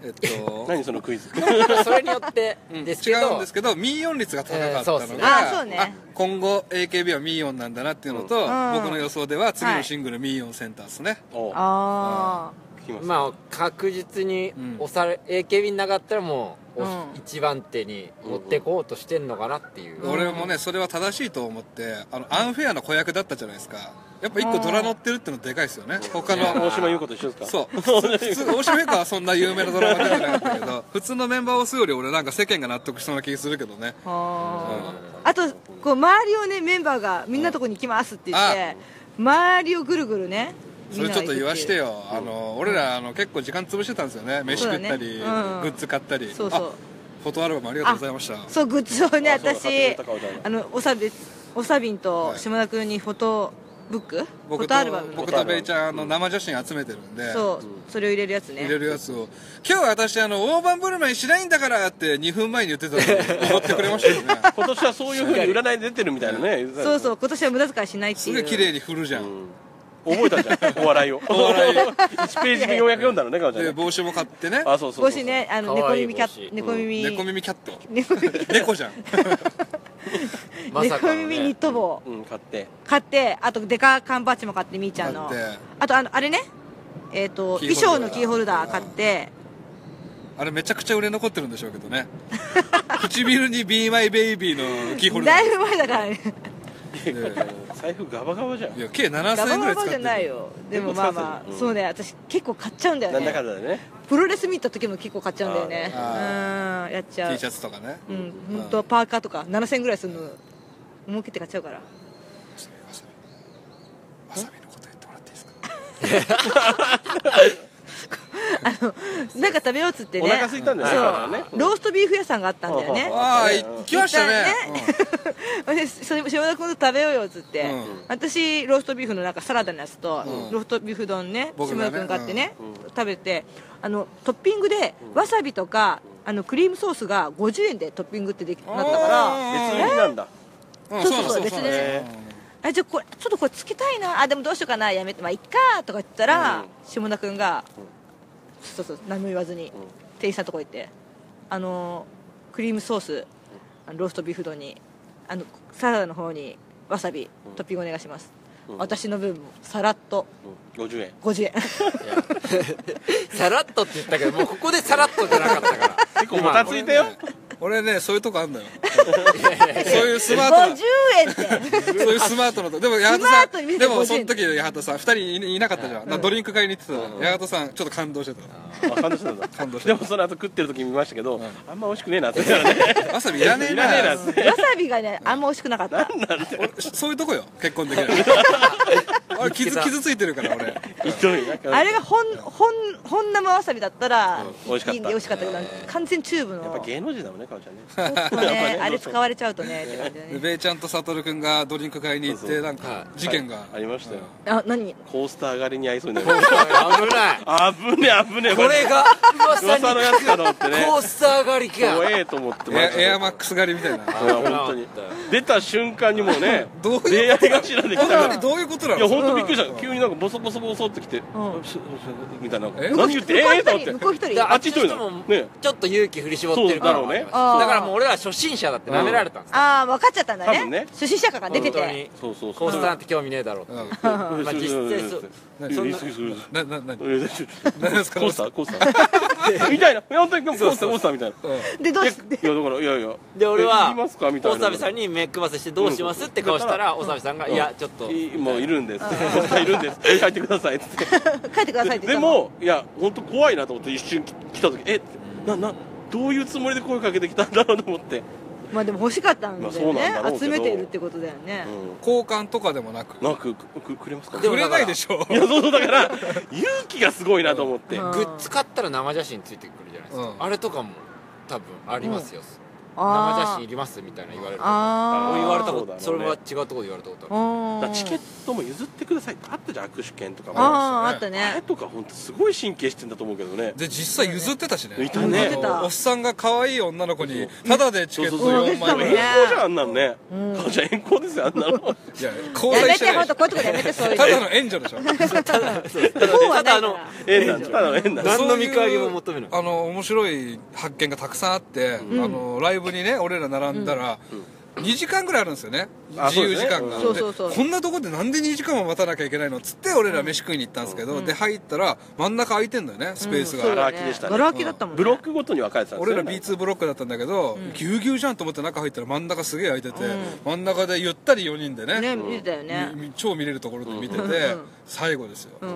Speaker 2: えっと
Speaker 5: 何そのクイズ
Speaker 6: まあそれによってですけ
Speaker 2: 違
Speaker 6: ど
Speaker 2: うんですけどミーオン率が高かった
Speaker 6: えーそうっす
Speaker 2: の
Speaker 6: ね
Speaker 2: が、
Speaker 1: あそうね
Speaker 2: 今後 AKB はミーオンなんだなっていうのと、
Speaker 1: ん
Speaker 2: 僕の予想では次のシングル、ミーオンセンターですね
Speaker 5: おう
Speaker 1: あ
Speaker 5: 聞きました
Speaker 6: まあ確実に
Speaker 2: うん
Speaker 6: 押され AKB なかったらもう
Speaker 1: うん
Speaker 6: 一番手に持ってこうとしてんのかなっていう、
Speaker 2: 俺もねそれは正しいと思ってあのアンフェアな子役だったじゃないですかやっぱ一個虎乗ってるってのでかいですよね他の
Speaker 3: 大島優子と一緒ですか
Speaker 2: そう普通普通大島優子はそんな有名なドラマ出てなかったけど普通のメンバーを押すより俺なんか世間が納得しそうな気するけどね
Speaker 1: あーあとこう周りをねメンバーがみんなとこに来ますって言って周りをぐるぐるね
Speaker 2: それちょっと言わして
Speaker 1: よ
Speaker 2: よあの俺らあの結構時間潰してたんですよね飯食ったり、
Speaker 1: そうだねうん
Speaker 2: グッズ買ったり
Speaker 1: そうそう
Speaker 2: あフォトアルバムありがとうございました
Speaker 1: そうグッズをね
Speaker 3: あそうだ
Speaker 1: 私
Speaker 3: 買ってくれたかおじゃん
Speaker 1: あのおさびおさびんと
Speaker 2: はい
Speaker 1: 島田君にフォトブックフォ
Speaker 2: 僕
Speaker 1: ト
Speaker 2: と
Speaker 1: アルバム
Speaker 2: 僕とベイちゃんあの生写真集めてるんで
Speaker 1: そうそれを入れるやつね
Speaker 2: 入れるやつを今日私あの大盤振る舞いしないんだからって2分前に言ってた のに踊ってくれましたよね
Speaker 3: 今年はそういうふうに占いで出てるみたいなね
Speaker 1: そうそうう今年は無駄遣いしないって
Speaker 2: す
Speaker 1: いう
Speaker 2: ごい綺麗に振るじゃん、
Speaker 3: 覚えたじゃんお笑いをお
Speaker 2: 笑いを
Speaker 3: 1ページ目ようやく読んだのねかおちゃん
Speaker 2: で
Speaker 3: ね
Speaker 2: 帽子も買ってね
Speaker 3: あそうそうそう
Speaker 1: 帽子ねあの
Speaker 6: か
Speaker 1: 猫
Speaker 6: わいい
Speaker 1: 耳キャ
Speaker 6: 帽子
Speaker 1: ッ猫耳
Speaker 2: 猫耳キャット
Speaker 1: 猫 耳
Speaker 2: 猫じゃん
Speaker 6: まさ
Speaker 1: 猫
Speaker 6: かの、
Speaker 1: 耳ニッ
Speaker 6: ね、
Speaker 1: ト帽
Speaker 3: うん買って
Speaker 1: 買ってあとデカ缶バッジも買ってみーちゃんの
Speaker 2: 買って
Speaker 1: あとあのあれねえっ、と
Speaker 2: キーホルダー
Speaker 1: 衣装のキーホルダー買って
Speaker 2: あれめちゃくちゃ売れ残ってるんでしょうけ どね唇に「BeMyBaby」のキーホルダ
Speaker 1: だい
Speaker 2: ー
Speaker 1: ぶ前だ からね
Speaker 3: 財布ガバガバじゃん
Speaker 2: いや計7000
Speaker 1: ガバ
Speaker 2: 円ぐ
Speaker 1: ガ
Speaker 2: らい使
Speaker 1: バ
Speaker 2: っ
Speaker 1: じ
Speaker 2: て
Speaker 1: ゃ
Speaker 2: る
Speaker 1: ないよでもまあまあ、
Speaker 3: うん
Speaker 1: そうね私結構買っちゃうんだよ
Speaker 3: なんだか
Speaker 1: ね
Speaker 3: んだでね
Speaker 1: プロレス見た時も結構買っちゃうんだよね
Speaker 2: あ
Speaker 1: うんやっちゃう
Speaker 2: T シャツとかね
Speaker 1: うん本当はパーカーとか7000円ぐらいするの儲けて買っちゃうから
Speaker 2: わさびのこと言ってもらっていいですか
Speaker 1: なんか食べようっつってね
Speaker 3: お腹空いたんだよね
Speaker 1: ローストビーフ屋さんがあったんだよね
Speaker 2: わあ来ましたね
Speaker 1: でそれ島田君と食べようよっつって、
Speaker 2: うん
Speaker 1: 私ローストビーフのなんかサラダのやつと、
Speaker 2: うん
Speaker 1: ローストビーフ丼ね
Speaker 2: 僕が
Speaker 1: 島
Speaker 2: ね
Speaker 1: 田君買ってね、食べてあのトッピングでわさびとかあのクリームソースが50円でトッピングってできなったから
Speaker 3: 別売りなんだ
Speaker 2: うん、うん
Speaker 1: そう
Speaker 2: そう
Speaker 1: そうそう
Speaker 2: そう
Speaker 1: 別
Speaker 2: そう
Speaker 1: にねあじゃあこれちょっとこれつけたいなあでもどうしようかなやめてまあいっかとか言ったら、下田君が、そうそう何も言わずに、店員さんのとこ行ってあのークリームソースあのローストビーフ丼にあのサラダの方にわさび、トッピングお願いします、私の分もさらっと
Speaker 3: うん50円
Speaker 1: 50円
Speaker 6: さらっとって言ったけどもうここでさらっとじゃなかったから
Speaker 3: 結構もたついたよ
Speaker 2: 俺ねそういうとこあん だよそういうスマートな
Speaker 1: 50円って
Speaker 2: そういうスマートなとでも八
Speaker 1: スマー
Speaker 2: 幡
Speaker 1: ト
Speaker 2: さ
Speaker 1: に見せ
Speaker 2: ん
Speaker 1: て
Speaker 2: で
Speaker 1: ほ
Speaker 2: も
Speaker 1: しい
Speaker 2: そ
Speaker 1: ん
Speaker 2: の
Speaker 1: だ
Speaker 2: 時の八幡さん2人いいなかったじゃん、だからドリンク買いに行ってたの、八幡さんちょっと感動してた
Speaker 3: あ感動してたんだ
Speaker 2: 感動して
Speaker 3: で
Speaker 2: た
Speaker 3: もその後食ってる時見ましたけど、あんま美味しくねえなって言ったら ね
Speaker 2: わさびいらねえ
Speaker 3: い
Speaker 2: な
Speaker 3: らねえなって
Speaker 1: わさびがねあんま美味しくなかった
Speaker 2: 俺そういうとこよ結婚でき ない俺傷傷ついてるから俺
Speaker 3: 一度になんか
Speaker 1: あれがほんほん本生わさびだったら、
Speaker 3: 美味しかっ
Speaker 1: い
Speaker 3: た
Speaker 1: い美味しかったけど完全チューブの
Speaker 3: やっぱ芸能人だもんねかおちゃんね
Speaker 1: ちょっとね、あれ使われちゃうとね、って感じだ
Speaker 2: で
Speaker 1: ね。
Speaker 2: ベイちゃんとサトルくんがドリンク買いに行っ
Speaker 3: そうそ
Speaker 2: て
Speaker 3: う
Speaker 2: なんか事件が、
Speaker 3: ありましたよ、
Speaker 1: あ、何
Speaker 3: コースター上がりに合いそうになりまし
Speaker 6: おい危ない
Speaker 3: た危ねえ危 ねえこ
Speaker 6: これが噂
Speaker 3: 噂の
Speaker 6: に
Speaker 3: やつかと思ってね
Speaker 6: コースター狩り
Speaker 3: 怖
Speaker 6: か
Speaker 3: えと思って
Speaker 2: エ
Speaker 3: ま
Speaker 2: アエアマックス狩りみたいな
Speaker 3: あ本当に出た瞬間にもう ね
Speaker 2: どういう
Speaker 3: 出会い頭で来たか
Speaker 2: 本当
Speaker 3: ら
Speaker 2: にどういうことない
Speaker 3: や
Speaker 2: の
Speaker 3: 本当びっくりした、急になんかボソボソボソってきて、し みたいな
Speaker 2: え
Speaker 3: 何言ってええー、と思って
Speaker 1: 向こう一人。
Speaker 6: だ
Speaker 3: あっち一人なの
Speaker 6: あっちの人も
Speaker 3: ね
Speaker 6: ちょっと勇気振り絞ってるから
Speaker 3: そうだろうね
Speaker 6: だ
Speaker 1: あー
Speaker 6: からもう俺ら初心者だって舐められたんですよ
Speaker 1: ああ、分かっちゃったんだ
Speaker 3: 多分
Speaker 1: ね
Speaker 3: ね。
Speaker 1: 初心者感が出て
Speaker 6: 本当
Speaker 1: て。
Speaker 6: に
Speaker 3: そうそうそ
Speaker 6: コ
Speaker 3: う
Speaker 6: ースターなんて興味ねえだろうっていう
Speaker 3: ま
Speaker 6: まあ実際そう
Speaker 3: そんなコ
Speaker 2: ななな
Speaker 3: ースタ
Speaker 2: 何ですか
Speaker 3: ーコースタ ーみたいな本当にコースターコースターみたいな
Speaker 1: で、どう
Speaker 3: いや
Speaker 1: し、で
Speaker 3: だからいやいや
Speaker 6: で俺は
Speaker 3: え言いますかみたい
Speaker 6: 大
Speaker 3: な
Speaker 6: 沢さんに目くばせしてどうしますって顔したら大沢さんが「いやちょっと
Speaker 3: いもういるんですコースターいるんです帰ってくださいっつって
Speaker 1: 帰ってくださいって
Speaker 3: で
Speaker 1: 言ったの。
Speaker 3: もいや本当怖いなと思って一瞬来た時えななどういうつもりで声かけてきたんだろうと思って、
Speaker 1: まあでも欲しかったん
Speaker 3: ま
Speaker 1: だ
Speaker 3: あそ
Speaker 1: よ
Speaker 3: うなんだろう
Speaker 1: ね。
Speaker 3: けど
Speaker 1: 集めているってことだよね。
Speaker 2: 交換とかでもなく
Speaker 3: なんかくくくれますか
Speaker 6: でも
Speaker 2: 売れないでしょ
Speaker 3: いやそうそうだから勇気がすごいなと思って、
Speaker 1: うん
Speaker 6: グッズ買ったら生写真ついてくるじゃないですか、
Speaker 2: うん
Speaker 6: あれとかも多分ありますよ、生写
Speaker 1: あ
Speaker 6: 真いりますみたいな言われる
Speaker 1: あ
Speaker 6: 俺言われたこ
Speaker 3: そうだ
Speaker 6: と
Speaker 3: ろうね
Speaker 6: それは違うところで言われたことある
Speaker 1: あ。
Speaker 3: だからチケットも譲ってくださいってあったじゃん握手券とかも
Speaker 1: ああ、あ
Speaker 2: あ
Speaker 1: った
Speaker 3: あれ
Speaker 1: ね。
Speaker 3: とか本当すごい神経してんだと思うけどね
Speaker 2: で実際譲ってたしね
Speaker 3: いたね
Speaker 1: 譲ってた
Speaker 2: おっさんが可愛い女の子にタダでチケット
Speaker 1: そうそう
Speaker 2: 4枚ぐら
Speaker 1: うん
Speaker 2: い
Speaker 3: 遠行じゃんあんなんね母ちゃん遠行ですよあんな の
Speaker 2: いや交
Speaker 1: や
Speaker 2: 際
Speaker 1: め
Speaker 2: して
Speaker 1: て、
Speaker 2: な
Speaker 1: ほんと、こういう
Speaker 2: いでし
Speaker 1: とこやめて、そうい
Speaker 2: ょ
Speaker 1: う。
Speaker 2: ただの援助でしょ
Speaker 1: こうはない
Speaker 6: ただ
Speaker 1: か
Speaker 6: あ
Speaker 3: 縁なんだただの縁なんだ
Speaker 6: 何の見返りも求めない
Speaker 2: そううあの面白い発見がたくさんあって、あのライブにね俺ら並んだら、 2時間ぐらいあるんですよね
Speaker 3: あ
Speaker 2: 自
Speaker 3: そう
Speaker 2: 由
Speaker 3: です
Speaker 2: 時
Speaker 3: ね
Speaker 2: 間が、
Speaker 1: うん
Speaker 2: で
Speaker 1: そうそうそう
Speaker 2: こんなとこでなんで2時間も待たなきゃいけないのっつって俺ら飯食いに行ったんですけど、
Speaker 1: ん
Speaker 2: で入ったら真ん中空いてんだよねスペースが、
Speaker 1: うん
Speaker 3: ガラ空きでしたね
Speaker 1: ガラ空きだったもんね
Speaker 3: ブロックごとに分かれてたんです
Speaker 2: 俺
Speaker 3: よ
Speaker 2: ら
Speaker 3: ね
Speaker 2: B2 ブロックだったんだけど
Speaker 1: ん
Speaker 2: ぎゅうぎゅうじゃんと思って中入ったら真ん中すげえ空いてて、
Speaker 1: うん
Speaker 2: 真ん中でゆったり4人でね
Speaker 1: ね見てたよね
Speaker 2: みみ超見れるところで見てて、
Speaker 1: うんうん
Speaker 2: 最後ですよ、
Speaker 1: うん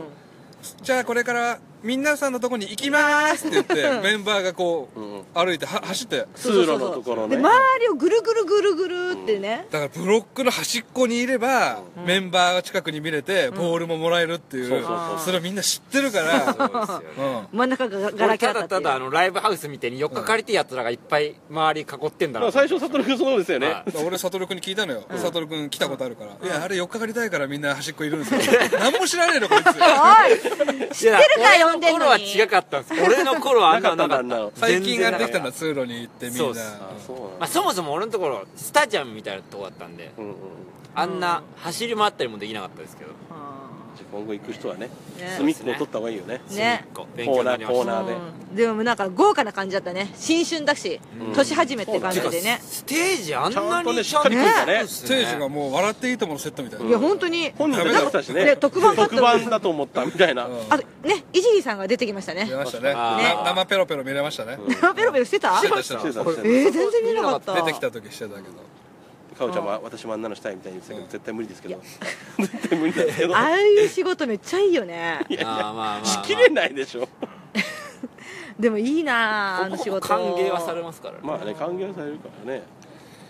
Speaker 2: じゃあこれからみんなさんのとこに行きまーすって言ってメンバーがこう
Speaker 3: うん
Speaker 2: 歩いては走って
Speaker 3: 通路のところ
Speaker 1: で
Speaker 3: ね
Speaker 1: 周りをぐるぐるぐるぐるってね
Speaker 2: だからブロックの端っこにいれば、メンバーが近くに見れて、ボールももらえるっていう,、
Speaker 3: そうそう
Speaker 1: そう
Speaker 2: れをみんな知ってるから、
Speaker 6: そうですよね
Speaker 2: う
Speaker 1: 真ん中がガラ
Speaker 6: 俺
Speaker 1: 空きだ
Speaker 6: た
Speaker 1: ったって
Speaker 6: だ
Speaker 1: い
Speaker 6: た
Speaker 1: う
Speaker 6: だあのライブハウスみたいに4日借りてやつらがいっぱい周り囲ってんだ
Speaker 3: ま
Speaker 6: な
Speaker 3: あ最初悟君そうですよね
Speaker 6: は
Speaker 2: ん、俺悟君に聞いたのよ悟君来たことあるから、いやあれ4日かりたいからみんな端っこいるんですよ何も知らねえのこいつ
Speaker 6: 知ってる
Speaker 1: か呼んでんのに
Speaker 6: 俺の頃は違かったんです俺の頃はあんなのな
Speaker 3: なかっ
Speaker 6: か
Speaker 3: た
Speaker 6: っ
Speaker 3: なかったた
Speaker 2: 最近
Speaker 6: 全
Speaker 2: が
Speaker 6: 然
Speaker 2: できたの
Speaker 6: なか
Speaker 2: は
Speaker 6: っ
Speaker 2: 通路に行ってみんな
Speaker 6: そうっす
Speaker 3: あそうなんだ
Speaker 6: まあ、そもそも俺のところスタジアムみたいなとこだったんで
Speaker 3: うんうん
Speaker 6: あんな走り回ったりもできなかったですけど
Speaker 1: う
Speaker 3: じゃあ今後行く人はね
Speaker 1: ね
Speaker 3: 隅っこ取った方がいいよね
Speaker 1: んね
Speaker 6: 隅っこ勉強になりま
Speaker 3: コー
Speaker 6: した
Speaker 3: ナーで
Speaker 1: うんでもなんか豪華な感じだったね新春だし年始めって感じ
Speaker 6: てか
Speaker 1: でね
Speaker 6: ステージあんな
Speaker 3: ち
Speaker 6: に
Speaker 3: ゃんとねしっかり組んだね
Speaker 6: ちゃんと
Speaker 2: ステージがもう「笑っていいとも!」のセットみたいな、
Speaker 1: いや本当に
Speaker 3: 本人たちが来たしね
Speaker 1: で特番だった
Speaker 3: 特番だと思ったみたいな
Speaker 2: うん
Speaker 1: あとねいじりさんが出てきましたね
Speaker 2: 見れましたね
Speaker 6: あ
Speaker 2: な
Speaker 6: ー
Speaker 2: 生ペロペロ見れましたね、
Speaker 1: ペロペロしてた
Speaker 2: してたしてた
Speaker 3: してた
Speaker 1: えー、全然見なかった
Speaker 2: 出てきた時してたけど
Speaker 3: かおちゃんは私もあんなのしたいみたいに言ってたけど絶対無理ですけど 絶対無理だけど
Speaker 1: ああいう仕事めっちゃいいよね
Speaker 6: あーまあまあまあ
Speaker 3: しきれないでしょ
Speaker 1: でもいいなああの仕
Speaker 6: ここも
Speaker 1: 事
Speaker 6: 歓迎はされますからね
Speaker 3: まあね歓迎されるからね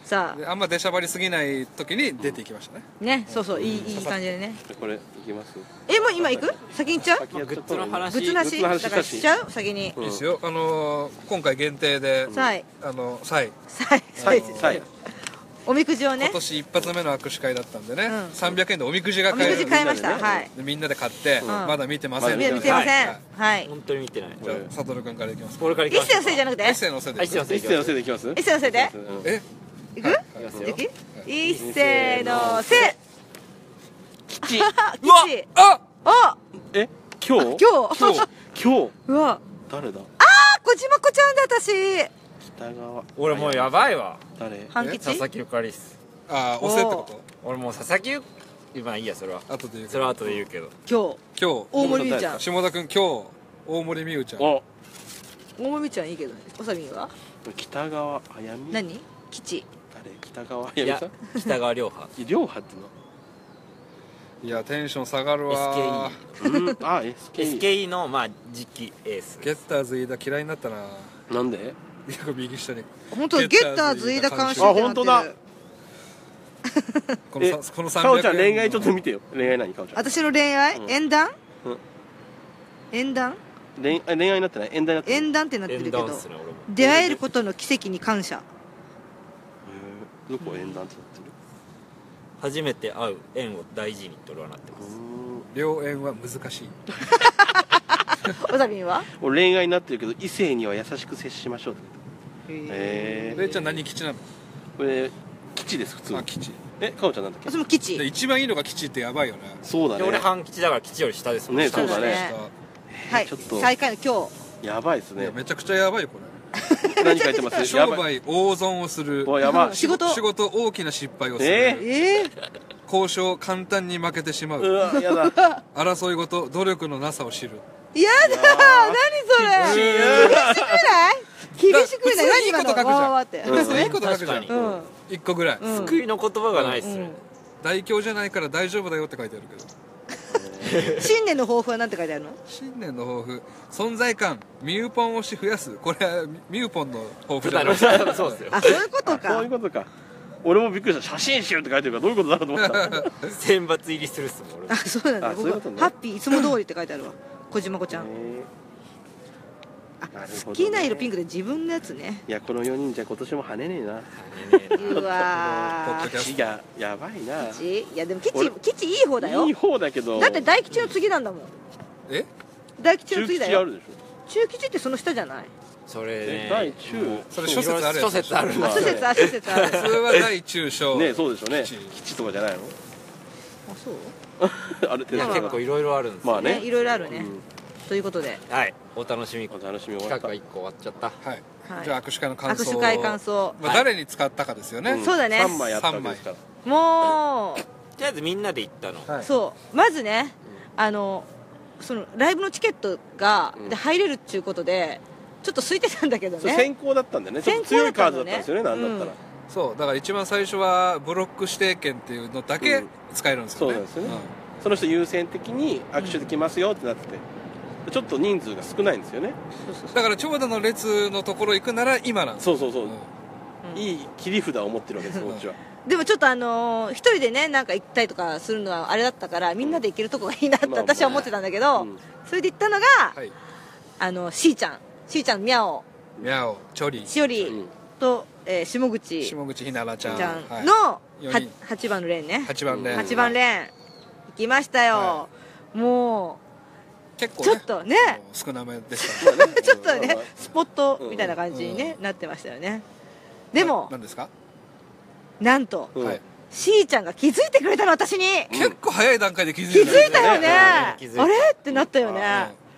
Speaker 1: さ
Speaker 2: であんま出しゃばりすぎない時に出ていきましたね、
Speaker 1: あねそうそういいいい感じでね
Speaker 3: でこれいきます
Speaker 1: えもう今行く先に行っちゃう
Speaker 3: 先やっ
Speaker 6: グ
Speaker 3: ちゃ
Speaker 6: ッ
Speaker 3: った
Speaker 6: ズの話
Speaker 1: グッズなし
Speaker 3: グッズの話
Speaker 1: だからしちゃう先に
Speaker 3: うん
Speaker 2: いいですよあのー今回限定で、
Speaker 1: さい
Speaker 2: あのサイ
Speaker 1: さい
Speaker 3: は
Speaker 1: さ
Speaker 3: い
Speaker 1: い
Speaker 3: はい
Speaker 1: おみくじを
Speaker 2: 今
Speaker 1: ね
Speaker 2: 年一発目の握手会だったんでね、
Speaker 1: ん
Speaker 2: 300円でおみくじが
Speaker 1: おみ
Speaker 2: 買え
Speaker 1: く
Speaker 2: る
Speaker 1: じ
Speaker 2: ん
Speaker 1: 買い
Speaker 2: で
Speaker 1: ました
Speaker 3: みんな
Speaker 1: はい
Speaker 2: みんなで買って、まだ見てません
Speaker 3: うん
Speaker 1: 見
Speaker 2: ね
Speaker 1: て見てません
Speaker 2: はい
Speaker 1: はい
Speaker 6: 本当に見てない
Speaker 2: じゃあサトル君からいきます
Speaker 6: 俺から行
Speaker 1: 一
Speaker 6: きまし
Speaker 1: 世のせ
Speaker 6: ょう
Speaker 1: いじゃなくて
Speaker 2: エッセイのせいで
Speaker 6: あ一世のせい
Speaker 3: 一
Speaker 6: で
Speaker 3: 世のせいでいきます
Speaker 1: 一世のせいで
Speaker 3: うん
Speaker 2: え
Speaker 1: いく
Speaker 6: いきます
Speaker 1: い
Speaker 6: よ
Speaker 1: く一世のせい
Speaker 6: 吉
Speaker 1: うわ
Speaker 2: あ
Speaker 1: あ
Speaker 3: え今日
Speaker 1: 今
Speaker 2: 今日
Speaker 1: 日
Speaker 3: 今日
Speaker 1: うわ
Speaker 3: 誰だ
Speaker 1: あ小島子ちゃんだ私
Speaker 3: 北川
Speaker 6: 俺もうやばいわ
Speaker 3: 誰
Speaker 1: 半吉
Speaker 6: 佐々木ゆかりっす
Speaker 2: あー押せってこ
Speaker 6: 俺もう佐々木ゆ今いいやそれは
Speaker 2: と後で言う
Speaker 6: そ
Speaker 2: か
Speaker 6: れは後で言うけど
Speaker 1: 今日
Speaker 2: ら今
Speaker 1: 大森美羽ちゃん
Speaker 2: 日下田君今日大森美羽ちゃん
Speaker 3: お
Speaker 1: 大森美羽ちゃんいいけどねおさみんは
Speaker 3: 北川あやみ誰
Speaker 1: 何吉
Speaker 3: 北川あ
Speaker 6: い
Speaker 3: やみ
Speaker 6: や
Speaker 3: さん
Speaker 6: 北川亮波
Speaker 3: 両派って
Speaker 2: いやテンション下がるわ
Speaker 6: SKE
Speaker 3: のうんあ SK
Speaker 6: SKE のまあ次期エース
Speaker 2: ゲッターズ飯田嫌いになったな
Speaker 3: なんで
Speaker 2: いや右下に
Speaker 1: 本当だゲッターズ飯田監修
Speaker 3: あ本当だ
Speaker 2: こ
Speaker 3: え
Speaker 2: のさこの300円
Speaker 3: かおちゃん恋愛ちょっと見てよ恋愛何かおちゃん
Speaker 1: 私の恋愛、
Speaker 3: うん
Speaker 1: 縁談、
Speaker 3: うん
Speaker 1: 縁談
Speaker 3: 恋愛恋愛になってない縁談になってない
Speaker 1: 縁談ってなってるけ
Speaker 6: 縁
Speaker 1: ど
Speaker 6: 談っすね俺も
Speaker 1: 出会えることの奇跡に感謝
Speaker 3: へーどこ縁談ってなってる
Speaker 6: 初めて会う縁を大事にと俺はなってます
Speaker 2: 両縁は難しい
Speaker 1: おさみんは
Speaker 3: 俺恋愛になってるけど異性には優しく接しましょうってへ
Speaker 2: れいちゃん何吉な
Speaker 3: これ吉です普通
Speaker 2: のあ吉
Speaker 3: えかおちゃんなんだっけ
Speaker 1: 私も吉
Speaker 2: で一番いいのが吉ってやばいよね
Speaker 3: そうだ
Speaker 6: で
Speaker 3: ね
Speaker 6: 俺半吉だから吉より下ですもん
Speaker 3: ね
Speaker 6: 下
Speaker 3: そうだね
Speaker 1: 下だは
Speaker 3: はいちょっと
Speaker 1: 最下位の
Speaker 3: やばいです
Speaker 2: いや
Speaker 3: ね
Speaker 2: めちゃくちゃやばいよこ
Speaker 3: 何書いてま
Speaker 2: れ
Speaker 3: す
Speaker 2: 商
Speaker 3: やばい
Speaker 2: 売大損をする
Speaker 3: おや ばい
Speaker 1: 仕事
Speaker 2: 仕事大きな失敗をする、
Speaker 1: 今
Speaker 3: え
Speaker 1: 日ええ
Speaker 2: 交渉簡単に負けてしまう、
Speaker 3: うわやだ
Speaker 2: 争いごと努力のなさを知る
Speaker 1: ー、やだー何それ厳しくない厳しくない
Speaker 2: だから普通にい
Speaker 1: 何
Speaker 2: いこ
Speaker 1: 今
Speaker 2: と
Speaker 1: の
Speaker 2: 書くじゃん
Speaker 1: わーわーって
Speaker 3: うん
Speaker 2: いいこと書くじゃん
Speaker 6: 確
Speaker 1: う
Speaker 6: か
Speaker 1: ん
Speaker 2: 1個ぐらい、
Speaker 1: うん
Speaker 6: 救いの言葉がないっすね
Speaker 2: 大凶じゃないから大丈夫だよって書いてあるけど
Speaker 1: 新年の抱負は何て書いてあるの
Speaker 2: 新年の抱負存在感ミューポン推し増やすこれはミューポンの抱負じ
Speaker 6: だ
Speaker 2: ゃ
Speaker 6: か
Speaker 2: な
Speaker 6: ら
Speaker 2: い
Speaker 6: そうっすよ
Speaker 1: あそういうこと
Speaker 3: そう
Speaker 1: か
Speaker 3: いうことか俺もびっくりした写真集って書いてるからどういうことだろうと思った
Speaker 6: 選抜入りするっすもん俺
Speaker 1: あそうなんだ
Speaker 3: あ
Speaker 1: 僕
Speaker 3: そういう
Speaker 1: は
Speaker 3: ことね
Speaker 1: ハッピーいつも通りって書いてあるわ小島子ちゃん
Speaker 3: え
Speaker 1: あ
Speaker 3: なるほどね
Speaker 1: 好きな色ピンクで自分のやつね
Speaker 3: ーいやこの4人じゃ今年も跳ねねえな
Speaker 1: うわ
Speaker 2: ポッドキャス
Speaker 3: いややばいな
Speaker 1: ー吉いやでも吉
Speaker 3: 俺
Speaker 1: 吉いい方だよ
Speaker 3: いい方だけど
Speaker 1: だって大吉の次なんだもん
Speaker 2: え
Speaker 1: 大吉
Speaker 3: 中
Speaker 1: の次
Speaker 3: 吉
Speaker 1: だ
Speaker 3: あ
Speaker 1: よ
Speaker 3: るでしょ
Speaker 1: 中吉ってその下じゃない
Speaker 6: それ
Speaker 3: え
Speaker 6: ね
Speaker 3: 大中
Speaker 2: それ諸説あるや
Speaker 6: 諸
Speaker 2: つ
Speaker 6: 説ある
Speaker 1: あ
Speaker 6: わ
Speaker 1: 諸説あ諸説ある
Speaker 2: 普通は大中小
Speaker 3: ねそうでしょうね
Speaker 2: 吉
Speaker 3: 吉とかじゃない の
Speaker 1: あそう
Speaker 3: ある程
Speaker 6: いや
Speaker 3: 度
Speaker 6: 結構いろいろあるんですよ
Speaker 3: まあ
Speaker 1: ね
Speaker 3: ね
Speaker 1: いろいろあるね
Speaker 3: うん
Speaker 1: ということで
Speaker 6: はいお楽しみ
Speaker 3: お楽しみ終わった
Speaker 6: 企画が1個終わっちゃった
Speaker 2: はい
Speaker 1: はい
Speaker 2: じゃあ握手会の感想
Speaker 1: 握手会感想
Speaker 2: まあ、誰に使ったかですよね、
Speaker 1: んそうだね
Speaker 3: 3枚やったわけですから
Speaker 1: も
Speaker 6: とりあえずみんなで行ったの
Speaker 1: うそうまずねあのそのライブのチケットが
Speaker 3: うん
Speaker 1: で入れるっちゅうことでちょっと空いてたんだけど
Speaker 3: そう
Speaker 1: ね
Speaker 3: 先行だったんだよねちょっと強
Speaker 1: 先
Speaker 3: い
Speaker 1: 行
Speaker 3: カ
Speaker 1: だ
Speaker 3: ー
Speaker 1: ったのね
Speaker 3: ドだったんですよねなんだったら、
Speaker 1: うん
Speaker 2: そうだから一番最初はブロック指定券っていうのだけ使えるんですよね、
Speaker 3: うんそうなんですよねその人優先的に握手できますよってなっててちょっと人数が少ないんですよね
Speaker 1: そうそう
Speaker 2: うん
Speaker 1: そう
Speaker 2: だから長蛇の列のところ行くなら今なんですよ
Speaker 3: そうそうそう、
Speaker 1: うん
Speaker 3: いい切り札を持ってるわけですこっちは
Speaker 1: でもちょっとあのー一人でねなんか行ったりとかするのはあれだったからみんなで行けるとこがいいなって
Speaker 3: まあ
Speaker 1: 私は思ってたんだけど、
Speaker 3: うん
Speaker 1: それで行ったのが、
Speaker 2: はい
Speaker 1: あのしーちゃんしーちゃんミャオ
Speaker 2: ミャオチョリ
Speaker 1: しおり
Speaker 3: うん
Speaker 1: と、えー下口ち
Speaker 2: 下口ひならちゃん
Speaker 1: ゃん
Speaker 2: はい
Speaker 1: の、
Speaker 2: 四
Speaker 1: は
Speaker 2: 人
Speaker 1: 8番のレーンね
Speaker 2: 8番レーン
Speaker 1: 8番レーン行きましたよ、
Speaker 2: は
Speaker 1: も
Speaker 2: 結構
Speaker 1: う
Speaker 2: ね
Speaker 1: ちょっとね
Speaker 2: もう少なめでした
Speaker 3: まあね
Speaker 1: ちょっと
Speaker 3: まあ
Speaker 1: ね
Speaker 3: まあ
Speaker 1: スポットみたいな感じに、ねなってましたよねでも
Speaker 2: 何ですか、
Speaker 1: なんと
Speaker 3: うん
Speaker 2: はい
Speaker 1: しーちゃんが気づいてくれたの私に
Speaker 2: 結構早い段階で気づい
Speaker 1: 気づ
Speaker 2: てる
Speaker 1: いたよねあ
Speaker 4: 気づ
Speaker 1: れ
Speaker 4: いた
Speaker 1: ってなったよね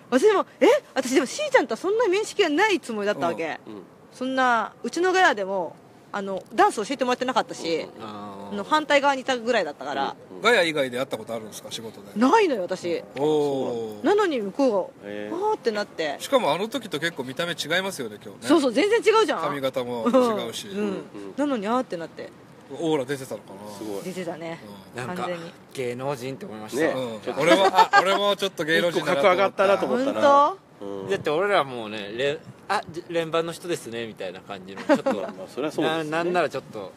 Speaker 1: 私でもえ私でもしーちゃんとはそんな面識がないつもりだったわけ
Speaker 3: うん
Speaker 1: そんなうちのガヤでもあのダンス教えてもらってなかったしあの反対側にいたぐらいだったから
Speaker 2: ガヤ以外で会ったことあるんですか仕事で
Speaker 1: ないのよ私
Speaker 2: おお
Speaker 1: なのに向こうが
Speaker 3: へえ
Speaker 1: あーってなって
Speaker 2: しかもあの時と結構見た目違いますよね今日ね
Speaker 1: そうそう全然違うじゃん
Speaker 2: 髪型も違うし、
Speaker 1: うんうんなのにあーってなって
Speaker 2: オーラ出てたのかな
Speaker 3: すごい
Speaker 1: 出てたね
Speaker 6: なんか
Speaker 1: 完全に
Speaker 6: 芸能人って思いまし
Speaker 3: ね
Speaker 6: た、
Speaker 2: うん俺もあ俺もちょっと芸能
Speaker 3: 一個
Speaker 2: 人だ
Speaker 3: 格
Speaker 2: なと思
Speaker 3: 上がったなと思っ
Speaker 1: 本
Speaker 3: たな
Speaker 1: 当
Speaker 3: うん
Speaker 6: だって俺らもうねれんあじ連番の人ですねみたいな 感じのちょっと
Speaker 3: まあまあそれはそうですよね
Speaker 6: ななんならちょっと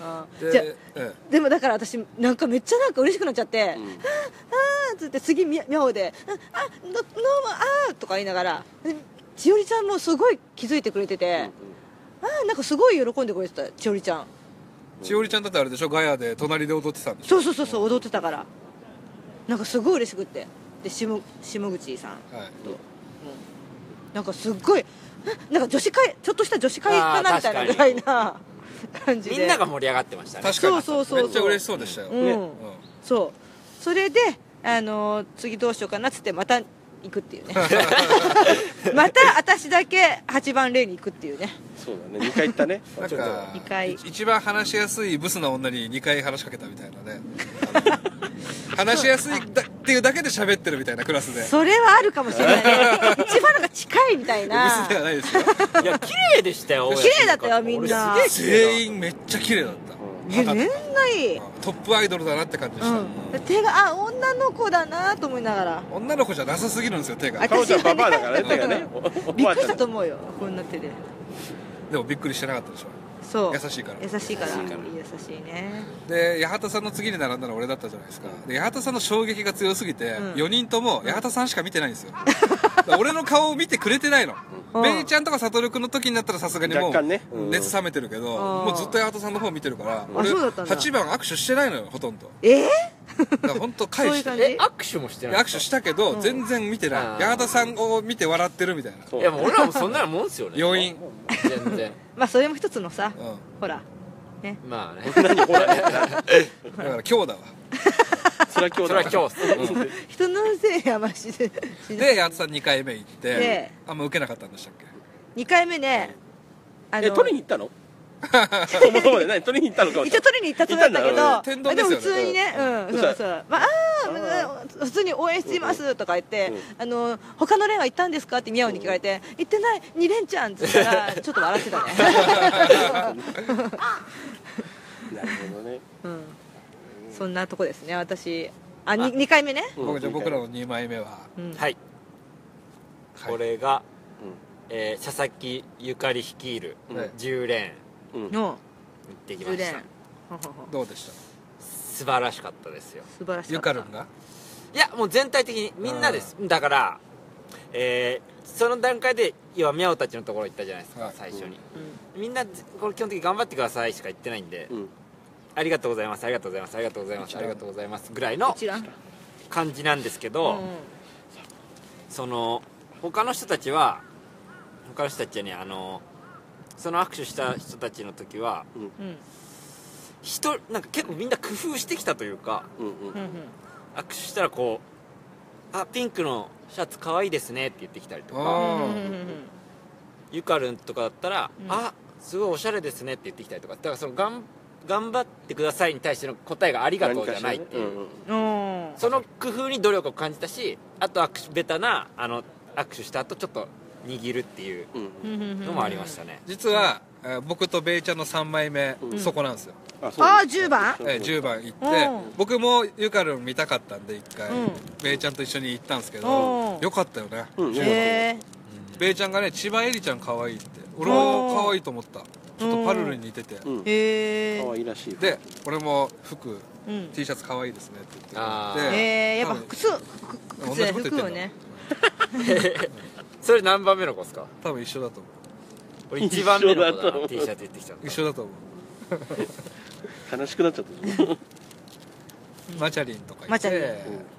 Speaker 1: あー
Speaker 2: で
Speaker 1: じゃ
Speaker 2: え
Speaker 1: でもだから私なんかめっちゃなんか嬉しくなっちゃって「
Speaker 3: うん
Speaker 1: あーあ」っつって次みみゃおで「うんあどどうもあー」とか言いながらで千織ちゃんもすごい気づいてくれてて、ああーなんかすごい喜んでくれてた千織ちゃん
Speaker 2: えしおりちゃんだってあれでしょガヤで隣で踊ってたんでしょ
Speaker 1: そうそうそうそう踊ってたからなんかすごい嬉しくってで下下口さん
Speaker 2: はい
Speaker 1: なんかすっごいあなんか女子会ちょっとした女子会か
Speaker 6: あ
Speaker 1: な
Speaker 6: ー
Speaker 1: みたいなぐ
Speaker 6: 確
Speaker 1: ら
Speaker 6: か
Speaker 1: い
Speaker 6: に
Speaker 1: な感じで
Speaker 6: みんなが盛り上がってましたね
Speaker 2: 確か
Speaker 1: そ
Speaker 2: に
Speaker 1: うそうそうそう
Speaker 2: めっちゃ嬉しそうでしたよ、
Speaker 1: うん、
Speaker 3: ね
Speaker 1: そうそれで、あのー次どうしようかなっつってまた行くっていうねまた私だけ8番レーンに行くっていうね
Speaker 3: そうだね2回行ったね
Speaker 2: なんか
Speaker 1: 二回
Speaker 2: い一番話しやすいブスな女に2回話しかけたみたいなね 話しやすいだっていうだけで喋ってるみたいなクラスでブス
Speaker 1: それはあるかもしれないね一番のが近いみたい
Speaker 2: で
Speaker 1: な
Speaker 2: はないですよ
Speaker 6: いや綺麗でしたよ
Speaker 1: 綺麗だったよみんな
Speaker 6: 俺すげえ綺麗だ
Speaker 2: 全員めっちゃ綺麗だった
Speaker 1: いや
Speaker 2: 肌
Speaker 1: みん
Speaker 2: とか
Speaker 1: ないい、
Speaker 2: トップアイドルだなって感じでした、
Speaker 1: うん、手があ女の子だなと思いながら
Speaker 2: 女の子じゃなさすぎるんですよ手が
Speaker 1: あ
Speaker 3: かおちゃんババアだからね
Speaker 1: 私
Speaker 3: 手
Speaker 1: は
Speaker 3: が
Speaker 1: ね
Speaker 3: ねおお
Speaker 1: びっ
Speaker 3: ばあ
Speaker 1: くりし
Speaker 3: ちゃ
Speaker 1: た
Speaker 3: ん
Speaker 1: と思うよこんな手で
Speaker 2: でもびっくりしてなかったでしょ
Speaker 1: そう
Speaker 2: 優しいから
Speaker 1: 優しいから
Speaker 6: 優しいから
Speaker 1: 優しいね
Speaker 2: で八幡さんの次に並んだのは俺だったじゃないですかで八幡さんの衝撃が強すぎて、
Speaker 1: うん
Speaker 2: 4人とも八幡さんしか見てないんですよだから俺の顔を見てくれてないの
Speaker 1: うん
Speaker 2: ベイちゃんとか悟君の時になったらさすがにもう
Speaker 3: 若干ねうん
Speaker 2: 熱冷めてるけど
Speaker 1: あー
Speaker 2: もうずっと八幡さんの方見てるから
Speaker 1: あそうだったんだ
Speaker 2: 8番握手してないのよほとんど
Speaker 1: えー、
Speaker 2: だから本当返
Speaker 1: そうい
Speaker 2: し
Speaker 1: う感
Speaker 2: て
Speaker 1: じ
Speaker 6: え握手もしてない
Speaker 2: 握手したけど全然見て
Speaker 6: あ
Speaker 2: ない
Speaker 6: ー
Speaker 2: 八幡さんを見て笑ってるみたいな
Speaker 3: そう
Speaker 6: いやもう俺らもそんなのもんですよね
Speaker 2: 要因
Speaker 6: 全然
Speaker 1: まあそれも一つのさ、
Speaker 2: うん
Speaker 1: ほら
Speaker 6: まあね
Speaker 3: 何ほら
Speaker 2: だから今日だわ
Speaker 3: それは今日
Speaker 6: それは今日っすね
Speaker 1: 人のせいやましで
Speaker 2: で八幡さん2回目行って
Speaker 1: で
Speaker 2: あんま受けなかったんでしたっけ
Speaker 1: 2回目ねあ
Speaker 3: え取りに行ったのお前お前何取りに行ったのかおち
Speaker 1: 一
Speaker 3: ゃ
Speaker 1: 応
Speaker 3: ん
Speaker 1: 取りに行ったつもりだ
Speaker 3: 行
Speaker 1: っ
Speaker 2: ったた
Speaker 1: け
Speaker 2: ん
Speaker 1: どあ
Speaker 2: だうん
Speaker 1: でも
Speaker 2: 天丼
Speaker 1: 普
Speaker 2: ですよね
Speaker 1: 通にねうん
Speaker 3: うん
Speaker 1: そうそうまああー普通に応援していますとか言ってあの他の連は行ったんですかって宮尾に聞かれて行ってない2連ちゃんっつったらちょっと笑ってたね
Speaker 3: なるほどね
Speaker 1: うんそんなとこですね私あ 2, 回目ね
Speaker 2: 僕じゃあ僕らの2枚目は
Speaker 1: うん
Speaker 6: はい
Speaker 2: はい
Speaker 6: これが
Speaker 3: うん
Speaker 6: えー佐々木ゆかり率いる
Speaker 3: うん
Speaker 6: 10連
Speaker 1: の
Speaker 6: 行ってきま
Speaker 1: 10
Speaker 6: し
Speaker 1: 連
Speaker 6: た
Speaker 1: ほほほ
Speaker 2: どうでした
Speaker 6: 素晴らしかったですよ
Speaker 1: 素晴らしい
Speaker 2: ゆかるんが
Speaker 6: いやもう全体的にみんなですだからえーその段階で要はミャオたちのところ行ったじゃないです
Speaker 2: は
Speaker 6: か
Speaker 2: い
Speaker 6: 最初にみんなこれ基本的に頑張ってくださいしか言ってないんで
Speaker 3: うん
Speaker 6: ありがとうございますありがとうございますありがとうございますありがとうございますぐらいの
Speaker 1: 一覧
Speaker 6: 感じなんですけ
Speaker 1: う
Speaker 6: ど、
Speaker 1: ん
Speaker 6: その他の人たちは他の人たちはねあのその握手した人たちの時は
Speaker 1: うん
Speaker 6: 人なんか結構みんな工夫してきたというか
Speaker 3: うん
Speaker 1: うんうん
Speaker 6: 握手したらこう「あピンクのシャツ可愛いですね」って言ってきたりと
Speaker 2: あ
Speaker 6: か
Speaker 2: ー
Speaker 1: うんうんうんうん
Speaker 6: 「ゆかるんとかだったら「
Speaker 1: うん
Speaker 6: あすごいおしゃれですね」って言ってきたりとかだからそのがん頑張ってくださいに対しての答えがありがとうじゃないっていう、
Speaker 3: うんうん
Speaker 1: うん
Speaker 6: その工夫に努力を感じたしあと握手ベタなあの握手した後ちょっと握るっていう
Speaker 3: うん
Speaker 6: のもありましたね、
Speaker 2: 実は、えー僕とベイちゃんの3枚目、
Speaker 3: うん
Speaker 2: そこなんですよ、
Speaker 3: あそう
Speaker 1: ああ10番
Speaker 2: えー10番行って、
Speaker 1: うん
Speaker 2: 僕もゆかるん見たかったんで1回、
Speaker 1: うん
Speaker 2: ベイちゃんと一緒に行ったんですけど、
Speaker 1: うん
Speaker 2: よかったよね、
Speaker 3: うん
Speaker 1: ええ
Speaker 2: ベイちゃんがね千葉恵里ちゃん可愛いって俺も可愛いと思ったちょっとパルルに似てて、
Speaker 3: うん
Speaker 1: ええ
Speaker 3: 可愛いらしい
Speaker 2: で俺も服
Speaker 1: うん
Speaker 2: T シャツ可愛いですねって言って
Speaker 6: あー
Speaker 2: で
Speaker 1: ええやっぱ
Speaker 2: 多分
Speaker 1: 靴
Speaker 2: 同
Speaker 1: 靴
Speaker 2: じ
Speaker 1: や
Speaker 2: こと言ってん
Speaker 1: 服
Speaker 2: だ
Speaker 1: をね
Speaker 6: それ何番目の子ですか
Speaker 2: 多分一緒だと思
Speaker 6: 俺1番目の
Speaker 3: 一緒だ
Speaker 6: 子だ
Speaker 3: と思
Speaker 6: な
Speaker 3: う
Speaker 6: T シャツ言ってきちゃっ
Speaker 2: う
Speaker 6: た
Speaker 2: 一緒だと思
Speaker 3: 悲しくなっちゃった
Speaker 2: うマチャリンとかい
Speaker 1: マチャリン
Speaker 2: て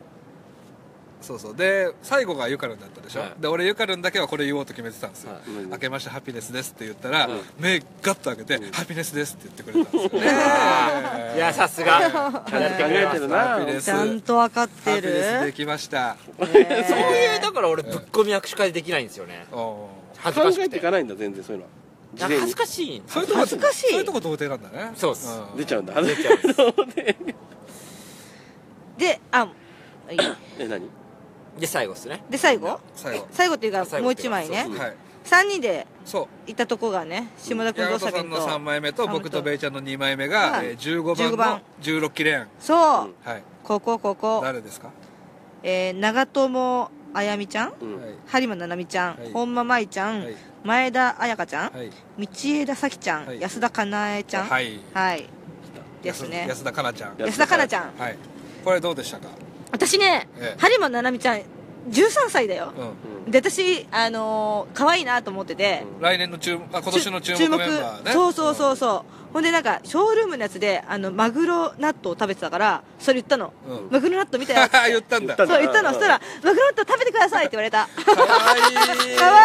Speaker 2: そうそうで最後がゆかるんだったでしょ、
Speaker 6: はい
Speaker 2: で俺ゆかるんだけはこれ言おうと決めてたんですよ、
Speaker 6: はい
Speaker 3: うん
Speaker 2: 明けましてハピネスですって言ったら、
Speaker 6: うん
Speaker 2: 目ガッと開けて、ハピネスですって言ってくれたんですよね
Speaker 6: いやさすが
Speaker 3: 考
Speaker 6: やってくれ
Speaker 3: え
Speaker 6: ま
Speaker 3: て
Speaker 6: す
Speaker 3: る
Speaker 2: ハ
Speaker 3: な
Speaker 2: ピネ ス
Speaker 1: ちゃん
Speaker 2: ハ
Speaker 1: と分かって
Speaker 2: ピネスで
Speaker 1: る
Speaker 2: きました
Speaker 1: ええ
Speaker 6: そういうだから俺ぶっ込み握手会できないんですよね
Speaker 2: おー
Speaker 6: 恥ず
Speaker 3: 考
Speaker 6: かし
Speaker 3: え
Speaker 6: く
Speaker 3: てい
Speaker 6: て
Speaker 3: かないんだ全然そういうのは事前
Speaker 6: 恥
Speaker 3: に
Speaker 6: ずかしいんです
Speaker 2: そういうとこ
Speaker 1: 恥ずかしい
Speaker 2: そういうとこ童貞なんだね
Speaker 6: そうっす
Speaker 2: ん
Speaker 3: 出ちゃうんだ
Speaker 6: 出ちゃうんです
Speaker 1: であいい
Speaker 3: え何
Speaker 6: で最後っすね
Speaker 1: で最後
Speaker 2: 最後
Speaker 1: 最後っていうか
Speaker 6: 最
Speaker 1: もう
Speaker 6: 後って
Speaker 1: 一
Speaker 6: いうか
Speaker 1: 枚ね
Speaker 3: そう
Speaker 2: はい
Speaker 1: 3人で
Speaker 2: そう
Speaker 1: 行ったとこがね下田君
Speaker 2: 八
Speaker 1: とさ
Speaker 2: 幡さ
Speaker 1: 君
Speaker 2: んの3
Speaker 1: と
Speaker 2: 枚目と
Speaker 1: あ本当
Speaker 2: 僕とベイちゃんの2枚目
Speaker 1: は
Speaker 2: が、
Speaker 1: い
Speaker 2: えー15
Speaker 1: 15
Speaker 2: 番
Speaker 1: 番
Speaker 2: の16期連
Speaker 1: そううん
Speaker 2: はい
Speaker 1: ここここ
Speaker 2: 誰ですか
Speaker 1: えー長友あやみちゃん
Speaker 3: うん
Speaker 2: はい
Speaker 1: 播磨ななみちゃん
Speaker 2: はい
Speaker 1: 本間舞ちゃん
Speaker 2: はい
Speaker 1: 前田彩香ちゃん
Speaker 2: はい
Speaker 1: 道枝咲ちゃ
Speaker 2: は
Speaker 1: ん
Speaker 2: い
Speaker 1: 安田かなえちゃん
Speaker 2: はい
Speaker 1: はいですね
Speaker 2: 安田かなちゃん
Speaker 3: や
Speaker 1: 安田かなちゃん
Speaker 2: はいこれどうでしたか
Speaker 1: 私ね
Speaker 2: ええ
Speaker 1: 播磨ななみちゃん13歳だよ
Speaker 2: う
Speaker 3: うん
Speaker 1: で私あのー可愛いなと思ってて
Speaker 2: ん来年の注目あ今年の注目メンバーね
Speaker 1: そうそうそうそうほんでなんかショールームのやつであのマグロ納豆を食べてたからそれ言ったの、
Speaker 2: うん
Speaker 1: マグロ納豆みた いなやつ
Speaker 2: うん言ったんだ
Speaker 3: 言
Speaker 2: か
Speaker 3: っ
Speaker 1: そう言ったの
Speaker 3: うん
Speaker 1: そしたら「マグロ納豆食べてください」って言われた
Speaker 2: わ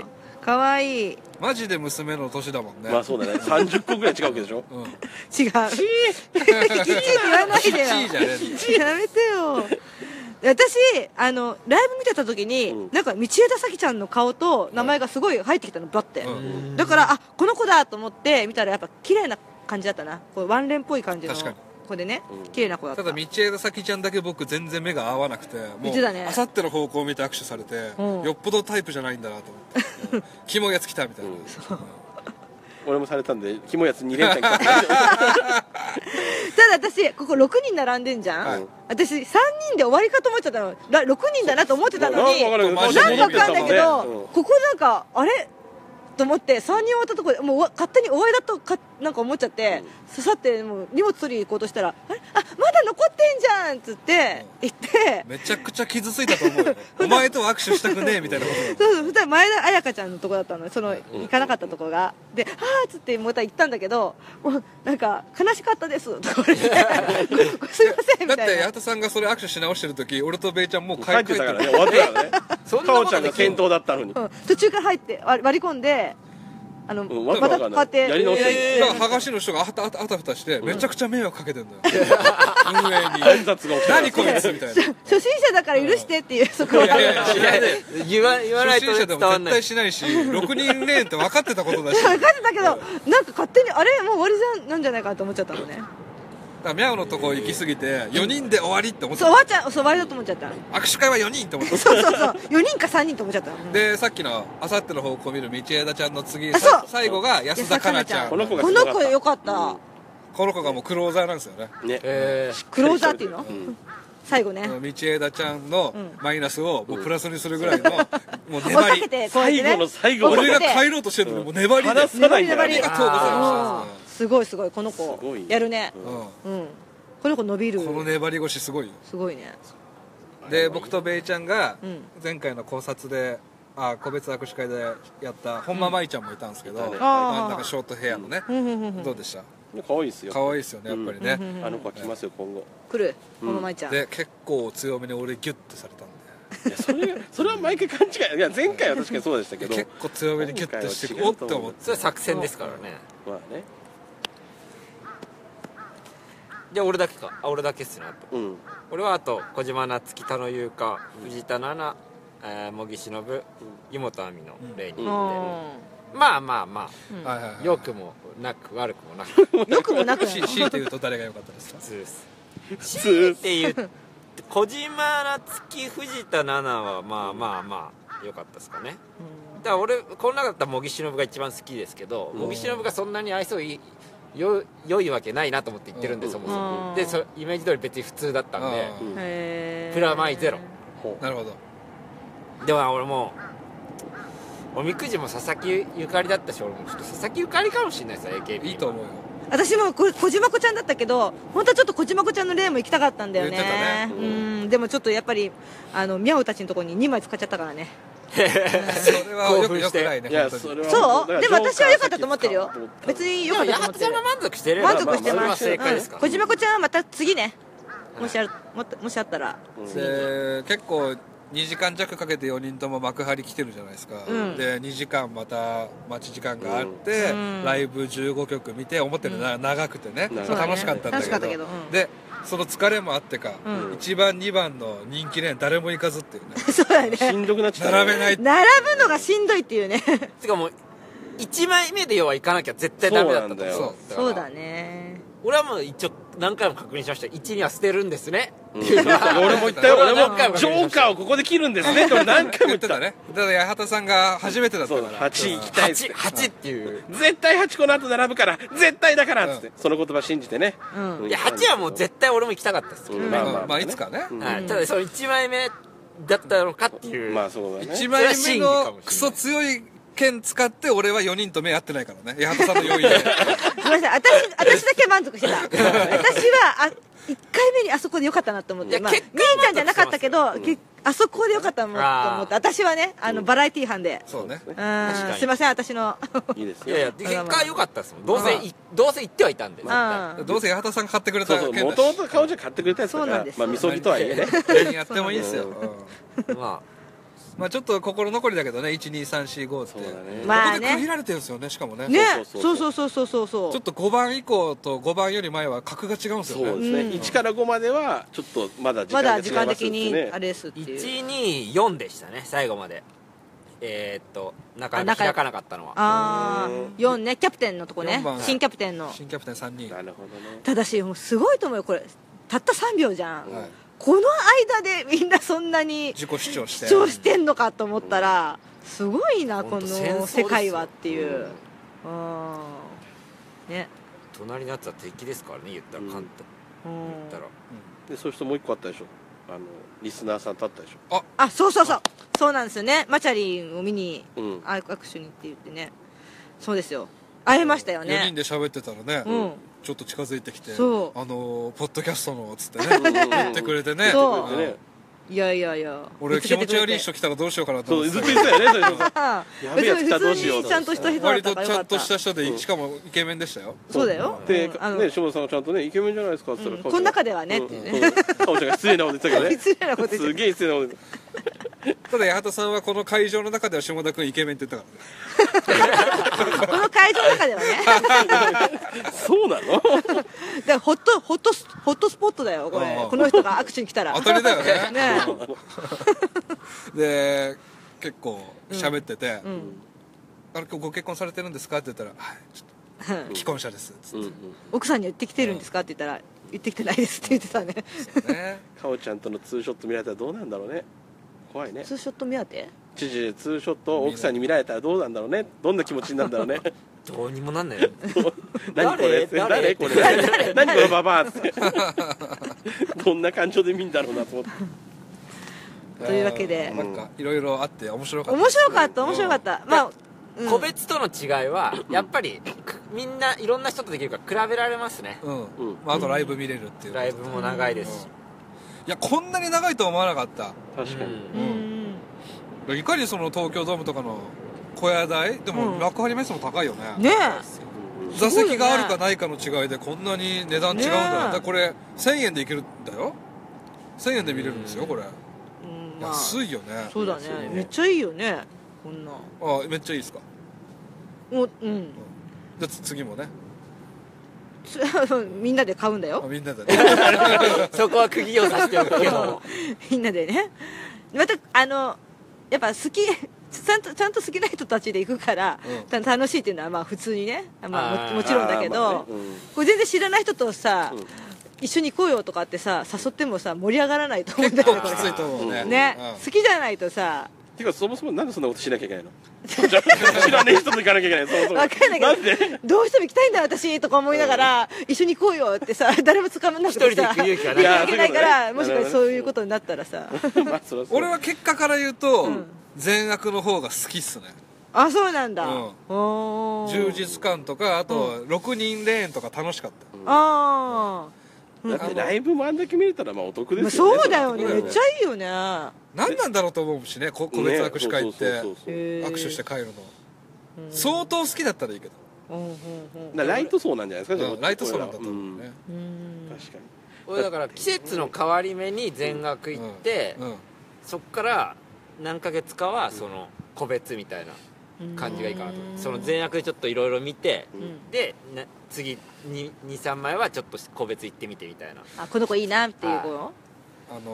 Speaker 1: かわいい
Speaker 2: い
Speaker 1: よかわいい
Speaker 2: マジで娘の年だもんね
Speaker 3: まあそう だね30個ぐらい違うわけでしょ
Speaker 2: うん
Speaker 1: 違うきちいって言わないでよ
Speaker 2: きちいじゃねえんだよ
Speaker 1: きちいやめてよ私あのライブ見てた時に、
Speaker 3: うん
Speaker 1: なんか道枝咲ちゃんの顔と名前がすごい入ってきたのバッて、
Speaker 2: うん
Speaker 1: だからあこの子だと思って見たらやっぱ綺麗な感じだったなこうワンレンっぽい感じの
Speaker 2: 確かに
Speaker 1: 子でね
Speaker 3: うん
Speaker 1: 綺麗な子だった
Speaker 2: ただ道枝咲ちゃんだけ僕全然目が合わなくても
Speaker 1: 言ってたね
Speaker 2: あさっての方向を見て握手されて
Speaker 1: うん
Speaker 2: よっぽどタイプじゃないんだなと思ってうん キモいやつ来たみたいな
Speaker 3: うん俺もされたん でキモいやつ2連チャン来た
Speaker 1: ただ私ここ6人並んでんじゃん、
Speaker 2: はい
Speaker 1: 私3人で終わりかと思っちゃったのら6人だなと思ってたのに
Speaker 3: なんかわかん
Speaker 2: な
Speaker 3: なん
Speaker 1: なん
Speaker 3: い
Speaker 1: かわかんないけど、
Speaker 3: うん
Speaker 1: ここなんかあれと思って3人終わったとこでもうわ勝手に終わりだとかなんか思っちゃって、刺さってもう荷物取りに行こうとしたら「あれあまだ残ってんじゃん」っつって行って、
Speaker 2: めちゃくちゃ傷ついたと思う よお前と握手したくねえみたいなこと
Speaker 1: そうそうそしたら前田彩香ちゃんのとこだったのその行かなかったとこがで「ああ」っつってまた行ったんだけど「もうなんか悲しかったです」とか言われて「すいません」み
Speaker 2: だ
Speaker 1: た
Speaker 2: っ
Speaker 1: い
Speaker 2: て
Speaker 1: な
Speaker 2: 八幡さんがそれ握手し直してる時俺とベイちゃんもう帰
Speaker 3: 帰っ
Speaker 2: ってて
Speaker 3: た
Speaker 2: た
Speaker 3: か
Speaker 2: か
Speaker 3: ね
Speaker 2: ららね
Speaker 3: 終わってたからね
Speaker 6: そんな
Speaker 3: かお
Speaker 6: こ
Speaker 3: ちゃ
Speaker 6: と
Speaker 3: んが
Speaker 6: でき
Speaker 3: 先
Speaker 6: んの
Speaker 3: 頭だったのに
Speaker 1: うん、途中から入って割割り込んであの、
Speaker 3: ん
Speaker 1: わ
Speaker 3: わけわかんない
Speaker 1: こうやって
Speaker 3: やり直してる
Speaker 2: だから剥がしの人があたあたあたふたしてめちゃくちゃ迷惑かけてんだよ運営
Speaker 3: 混
Speaker 2: に
Speaker 3: 雑が起きた
Speaker 2: 何こいつみた いな
Speaker 1: 初心者だから許してっていうそこはい
Speaker 2: やいやいや
Speaker 6: いや言わ言わな
Speaker 2: 初
Speaker 6: いと
Speaker 2: 心者で
Speaker 6: 伝
Speaker 2: も
Speaker 6: わ
Speaker 2: 絶
Speaker 6: んない
Speaker 2: 対しない し6人レーンって分かってたことだし
Speaker 1: 分かってたけどなんか勝手にあれもう終わりじゃんなんじゃないかなと思っちゃったのね
Speaker 2: だからミャオのとこ行き過ぎて4人で終わりって思って
Speaker 1: そう終わっちゃうそう終わりだと思っちゃった
Speaker 2: 握手会は4人って思って
Speaker 1: そうそうそう4人か3人と 思っちゃった
Speaker 2: でさっきのあさっての方向を見る道枝ちゃんの次
Speaker 1: あそう
Speaker 2: さ最後が安田かなちゃん
Speaker 3: この子が
Speaker 1: この子よかった、
Speaker 3: うん
Speaker 2: この子がもうクローザーなんですよね
Speaker 3: ね
Speaker 6: えー
Speaker 1: クローザーっていうの、
Speaker 3: ん
Speaker 1: 最後ね、
Speaker 2: 道枝ちゃんの
Speaker 1: うん
Speaker 2: マイナスをもうプラスにするぐらいのもう
Speaker 1: 追っ
Speaker 2: 粘
Speaker 1: かけ
Speaker 2: り
Speaker 1: てこうやって
Speaker 3: 最
Speaker 1: ね
Speaker 3: 後の最後ま
Speaker 2: 俺
Speaker 3: で
Speaker 2: が帰ろうとしてるのにもう粘りで
Speaker 3: 話さないんだよ
Speaker 1: 粘り粘
Speaker 3: ね
Speaker 2: ありがとうございま
Speaker 1: うんすごいすごいこの子
Speaker 3: すごいね
Speaker 1: やるね
Speaker 2: した、うん
Speaker 1: うん、この子伸びる
Speaker 2: この粘り腰すごいよ
Speaker 1: すごいね
Speaker 2: で僕とベイちゃんが
Speaker 1: うん
Speaker 2: 前回の考察であ個別握手会でやった本間舞ちゃんもいたんですけど、
Speaker 3: うん
Speaker 2: あなんかショートヘアのね、
Speaker 1: うんうんうんうん
Speaker 2: どうでした
Speaker 3: 可愛いですよ
Speaker 2: 可愛いですよねやっぱりね、
Speaker 3: あの子は来ますよ今後
Speaker 1: 来るこの舞ちゃん、
Speaker 2: で結構強めに俺ギュッてされた
Speaker 3: い
Speaker 2: ん
Speaker 3: やそれそれは毎回勘違いいや前回は確かにそうでしたけ
Speaker 2: で
Speaker 3: ど
Speaker 2: 結構強めにギュッてして
Speaker 3: 今回
Speaker 2: お
Speaker 3: は違
Speaker 2: っ
Speaker 3: うと
Speaker 2: て
Speaker 3: 思う
Speaker 2: 思っ
Speaker 6: それは作戦ですからね
Speaker 3: まあね
Speaker 6: じゃあ俺だけかあ俺だけっすねあと
Speaker 3: うん
Speaker 6: 俺はあと小島なつき田野優香藤田奈々えー茂木忍湯本亜美の例に
Speaker 1: う
Speaker 6: よ
Speaker 1: ん
Speaker 6: ってまあまあま
Speaker 1: うん
Speaker 2: はいはいは
Speaker 6: あ
Speaker 2: い
Speaker 6: 良くもなく悪くもなく
Speaker 1: よく もなく
Speaker 2: し強いて言うと誰が良かったですか
Speaker 6: 普通です
Speaker 3: 普通
Speaker 6: っていう小島夏樹藤田奈々はまあまあまあ良かったですかねだから俺この中だったら茂木忍が一番好きですけど茂木忍がそんなに愛想いいよ良いわけないなと思って言ってるんで
Speaker 3: うん
Speaker 6: そもそも、
Speaker 1: うん
Speaker 6: でそイメージ通り別に普通だったんで、
Speaker 2: うん
Speaker 3: うん
Speaker 1: へー
Speaker 6: プラマイゼロ
Speaker 2: なるほど
Speaker 6: でも俺もうおみくじも佐々木ゆかりだったし俺もちょっと佐々木ゆかりかもしれないですよ AKB
Speaker 2: いいと思うよ
Speaker 1: 私もこれ小島子ちゃんだったけど本当はちょっと小島子ちゃんの例も行きたかったんだよね
Speaker 2: 言ってたね
Speaker 1: うんでもちょっとやっぱりあのミャオたちのところに2枚使っちゃったからね
Speaker 2: それはよ
Speaker 6: 興
Speaker 2: く
Speaker 6: 奮
Speaker 2: よ
Speaker 6: し
Speaker 2: く
Speaker 6: て
Speaker 2: ないね
Speaker 3: いや
Speaker 2: 本当
Speaker 3: そ
Speaker 2: に
Speaker 3: れは
Speaker 1: そう
Speaker 3: だら
Speaker 1: でも私は良かったと思ってるよ
Speaker 3: ジョーカー
Speaker 1: 別に良かっ
Speaker 6: で
Speaker 1: た
Speaker 6: も
Speaker 1: と思っ
Speaker 6: 八
Speaker 1: て
Speaker 6: ちゃ
Speaker 1: る
Speaker 6: んが満足してれば
Speaker 1: 満足して
Speaker 6: まあ
Speaker 1: ます
Speaker 6: それは正解ですから、
Speaker 1: うん小島子ちゃんはまた次ねもしあるもっともしあったら
Speaker 2: で結構2時間弱かけて4人とも幕張来てるじゃないですか、
Speaker 1: うん
Speaker 2: で2時間また待ち時間があって、
Speaker 1: うん
Speaker 2: ライブ15曲見て思ったよりな長くてね、
Speaker 3: うん
Speaker 2: まあ楽しかったん
Speaker 1: そうだね
Speaker 2: だけど
Speaker 1: 楽しかったけどうん
Speaker 2: でその疲れもあってか、
Speaker 1: うん
Speaker 2: 1番2番の人気レーン誰も行かずっていうね
Speaker 1: そうだね
Speaker 3: さしんどくなっちゃった
Speaker 2: 並べない
Speaker 1: 並ぶのがしんどいっていうね
Speaker 6: てかもう1枚目で要は行かなきゃ絶対ダメだった
Speaker 3: そ
Speaker 6: と
Speaker 3: う
Speaker 2: なんだよ
Speaker 6: から
Speaker 1: そうだね
Speaker 6: 俺はもう一応何回も確認しました1には捨てるんですね
Speaker 3: うん俺も言ったよ俺も
Speaker 6: 俺も
Speaker 3: ジョーカーをここで切るんですねって俺何回も言
Speaker 2: 言
Speaker 3: っ
Speaker 2: って
Speaker 3: た
Speaker 2: たねただ八幡さんが初めてだった
Speaker 3: そう
Speaker 2: か
Speaker 3: だ
Speaker 2: ら
Speaker 3: 8行きたいっつっ
Speaker 6: 8
Speaker 3: て
Speaker 6: 八っていう
Speaker 3: 絶対8個の後並ぶから絶対だからっつって、
Speaker 2: う
Speaker 3: その言葉信じてね、
Speaker 1: うん
Speaker 6: いや8はもう絶対俺も行きたかったですけど、
Speaker 3: うん
Speaker 2: まあ
Speaker 3: まあ
Speaker 2: まあ、
Speaker 3: まあ
Speaker 2: いつかね、
Speaker 3: うん
Speaker 6: はい、ただその1枚目だったのかっていう、
Speaker 3: まあそうだね
Speaker 2: 1枚目のクソ強い剣使って俺は4人と目合ってないからね八幡さんの4位で
Speaker 1: ごめんなさい私私だけ満足してた私はあ1回目にあそこでよかったなと思っ
Speaker 6: い
Speaker 1: て、
Speaker 6: や
Speaker 1: まあ、
Speaker 6: 結
Speaker 1: 兄
Speaker 6: 果は
Speaker 1: ちゃんじゃなかったけど、けあそこでよかったなと思って
Speaker 6: あ
Speaker 1: 私はねあのバラエティー班で
Speaker 2: そうね
Speaker 1: うん
Speaker 6: かに
Speaker 1: すいません私の
Speaker 3: いいです
Speaker 6: い
Speaker 3: よ
Speaker 6: やいやで結果は良かったですもんどうせ、いどうせ行ってはいたんで絶対
Speaker 1: うん
Speaker 2: どうせ八幡さんが買ってくれ
Speaker 3: そ
Speaker 2: た
Speaker 3: うそう
Speaker 2: 剣
Speaker 3: も
Speaker 2: だし
Speaker 3: ともと顔じゃ買ってくれたやつだ
Speaker 1: そう
Speaker 3: か
Speaker 1: なん
Speaker 3: ら
Speaker 1: です
Speaker 3: まあみそぎとはいえね
Speaker 2: 何やってもいいですよ、
Speaker 3: そう
Speaker 2: うん
Speaker 6: ま
Speaker 2: まあちょっと心残りだけどね12345って
Speaker 3: そうだね
Speaker 1: まあ
Speaker 2: ここで区切
Speaker 1: ね
Speaker 2: られてるんですよねしかもね
Speaker 1: ね
Speaker 3: そ
Speaker 1: そうう
Speaker 3: そ
Speaker 1: そうそうそうそうそう
Speaker 2: ちょっと5番以降と5番より前は格が違うんです
Speaker 3: そうで
Speaker 2: よね
Speaker 3: すね、
Speaker 1: うん
Speaker 3: 1から5まではちょっとまだ時
Speaker 1: ま
Speaker 3: 間が違
Speaker 1: だ時
Speaker 3: いますってね
Speaker 1: 間的にあれですっ
Speaker 6: あ
Speaker 1: ていう
Speaker 6: 124でしたね最後までえー、っとなかなか
Speaker 1: あ
Speaker 6: 開
Speaker 1: 中
Speaker 6: かなかったのは
Speaker 1: ああ4ねキャプテンのとこね
Speaker 2: 四番
Speaker 1: 新キャプテンの
Speaker 2: 新キャプテン3人
Speaker 3: なるほどね
Speaker 1: ただしもうすごいと思うよこれたった3秒じゃん、
Speaker 2: はい
Speaker 1: この間でみんなそんなに
Speaker 2: 自己主張して
Speaker 1: 主張してんのかと思ったらすごいなこ
Speaker 6: ほんと戦争
Speaker 1: の
Speaker 6: ですよ
Speaker 1: 世界はっていううんね
Speaker 6: 隣のやつは敵ですからね言ったら
Speaker 3: うん
Speaker 6: カンと
Speaker 1: うん
Speaker 6: 言ったら、
Speaker 3: でそういう人もう一個あったでしょあのリスナーさんと会ったでし
Speaker 1: あそうそうそうそうなんですよねマチャリンを見に
Speaker 3: ょうん
Speaker 1: あ握手にって言ってねそうですよ会えましたよ
Speaker 2: 4人
Speaker 1: ね
Speaker 2: で喋ってたらね、
Speaker 1: うん
Speaker 2: ちょっと近づいてきて「あ
Speaker 1: そ
Speaker 2: の
Speaker 1: う
Speaker 2: ーポッドキャストの」っつ ってね
Speaker 3: ん
Speaker 2: 言ってくれてね
Speaker 1: そう
Speaker 2: うん
Speaker 3: でね
Speaker 1: いやいやいや
Speaker 2: 俺
Speaker 1: 見つ
Speaker 2: 気
Speaker 1: けて
Speaker 2: 持
Speaker 1: く
Speaker 2: ち
Speaker 1: れて
Speaker 2: 悪い人来たらどうしようかなと
Speaker 3: そ
Speaker 2: 思
Speaker 3: う
Speaker 2: って
Speaker 3: ず
Speaker 2: た
Speaker 3: っと言ってたよねそれそう
Speaker 1: あ
Speaker 3: や
Speaker 1: 別
Speaker 3: べえやつ
Speaker 1: に
Speaker 3: 来たど
Speaker 1: 普
Speaker 3: うし
Speaker 1: 通
Speaker 3: よう
Speaker 1: にちゃんとした人だっ
Speaker 2: 割
Speaker 1: た
Speaker 2: と
Speaker 1: から
Speaker 2: ち
Speaker 1: よ
Speaker 2: ゃ
Speaker 1: か
Speaker 2: ん
Speaker 1: った
Speaker 2: とした人でしかもイケメンでしたよ
Speaker 1: そうだよ
Speaker 3: で、
Speaker 1: うんあの
Speaker 3: ね下本さんがちゃんとねイケメンじゃないですかっつったら、
Speaker 1: うん
Speaker 3: カオちゃん
Speaker 1: この中ではねっていうね
Speaker 3: んんカオちゃんが失礼なこと言ってたけどね
Speaker 1: 失礼なこと言ってた
Speaker 3: すげえ失礼なこと言って
Speaker 2: ただ八幡さんはこの会場の中では下田君イケメンって言ったからね
Speaker 1: この会場の中では ね
Speaker 3: たそうなの
Speaker 1: だからホットホットスホットスポットだよこ
Speaker 2: あ
Speaker 1: れ
Speaker 2: あ
Speaker 1: この人が握手に来たら
Speaker 2: 当たりだよね
Speaker 1: ね
Speaker 2: で結構喋ってて、
Speaker 1: ん
Speaker 2: あれご結婚されてるんですか?」って言ったら「はいちょっと既婚者です」っつ
Speaker 3: う
Speaker 2: っ
Speaker 3: んう
Speaker 2: て、
Speaker 3: ん
Speaker 1: 奥さんには言ってきてるんですかって言ったら言ってきてないですって言ってたね
Speaker 2: ね
Speaker 3: カオちゃんとのツーショット見られたらどうなんだろうね怖いね
Speaker 1: ツーショット目当て
Speaker 3: 知事ツーショットを奥さんに見られたらどうなんだろうねどんな気持ちになるんだろう ね
Speaker 6: どうにもなんないよ
Speaker 3: 何これ
Speaker 6: 誰
Speaker 3: 誰これ何このババアって どんな感情で見んだろうなと思って
Speaker 1: というわけで
Speaker 2: あーなんかいろいろあって面白かった
Speaker 1: 面白かった面白かったまあうん
Speaker 6: 個別との違いはやっぱりくみんないろんな人とできるから比べられますね
Speaker 2: うん、
Speaker 3: うん
Speaker 2: まあ、あとライブ見れるっていうこと
Speaker 6: ライブも長いですし、
Speaker 2: いやこんなに長いとは思わなかった
Speaker 3: 確かに、
Speaker 1: うんうん
Speaker 2: いかにその東京ドームとかの小屋代でも
Speaker 1: うん
Speaker 2: 幕張メッセも高いよね、
Speaker 1: ね
Speaker 2: 座席があるかないかの違いでこんなに値段違うん
Speaker 1: ね
Speaker 2: だよ、
Speaker 1: え
Speaker 2: だからこれ1000円でいけるんだよ1000円で見れるんですよこれ、
Speaker 1: えうんまあそ
Speaker 2: 安いよね
Speaker 1: うだねめっちゃいいよねこんな
Speaker 2: あめっちゃいいですか
Speaker 1: もううん
Speaker 2: じゃあつ次もね
Speaker 1: つ みんなで買うんだ
Speaker 2: あ
Speaker 1: よ
Speaker 2: みんなで ね
Speaker 6: そこは釘を刺しておくけども
Speaker 1: みんなでねまたあのやっぱ好きちゃんとちゃんと好きな人たちで行くから、た楽しいっていうのはまあ普通にね、まあ、も
Speaker 6: あー
Speaker 1: もちろんだけど、
Speaker 3: あーまあねうん
Speaker 1: これ全然知らない人とさ、
Speaker 3: ん
Speaker 1: 一緒に行こうよとかってさ誘ってもさ盛り上がらないと思うんだ
Speaker 2: 結
Speaker 1: よ
Speaker 2: 構
Speaker 1: ねこ
Speaker 2: き
Speaker 1: れ
Speaker 2: ついと思うね。
Speaker 1: ね、
Speaker 2: うん
Speaker 1: 好きじゃないとさ
Speaker 3: てかそもそもなんでそんなことしなきゃいけないの じゃあ知らねえ人と行かなきゃいけないそもそも
Speaker 1: 分かんないけ
Speaker 3: なんで
Speaker 1: どどうしても行きたいんだ私とか思いながら、一緒に行こうよってさ 誰もつかめなくてさ
Speaker 6: 一人で行く勇気はない
Speaker 1: 行く勇気ないか
Speaker 3: いや
Speaker 1: ら
Speaker 3: ー
Speaker 1: も
Speaker 3: そ
Speaker 1: し
Speaker 3: ういう
Speaker 1: かし
Speaker 3: ことね
Speaker 1: てそういうことになったらさ
Speaker 3: まあそりゃそう
Speaker 2: 俺は結果から言うと、善悪の方が好きっすね。
Speaker 1: あそうなんだ、
Speaker 2: うん
Speaker 1: おー
Speaker 2: 充実感とか、あと、6人レーンとか楽しかった。
Speaker 1: あ
Speaker 3: だってライブもあんだけ見れたらまあお得
Speaker 1: あ、
Speaker 3: で
Speaker 1: まあ、
Speaker 3: すよね
Speaker 1: そうだよね
Speaker 3: そ
Speaker 1: め
Speaker 3: んな
Speaker 1: っ
Speaker 3: とこ
Speaker 1: ちゃいいよね
Speaker 2: 何なんだろうと思うしね、こ個別握手会って
Speaker 3: ねそうそうそうそう
Speaker 2: 握
Speaker 1: 握
Speaker 2: 手して帰るの、相当好きだったらいいけど、
Speaker 1: うんうん
Speaker 3: だからライト層なんじゃないですか、
Speaker 2: うんライト層なんだと思う
Speaker 3: これ
Speaker 2: ね
Speaker 3: は、
Speaker 1: うんうん
Speaker 3: うん確かに
Speaker 6: 俺だから季節の変わり目に全額行って、
Speaker 2: うん
Speaker 6: そっから何ヶ月かはその個別みたいな感じがいいかなと思うその全額でちょっといろいろ見て、
Speaker 1: ん
Speaker 6: でな次23枚はちょっと個別行ってみてみたいな
Speaker 1: あこの子いいなっていう子
Speaker 2: あ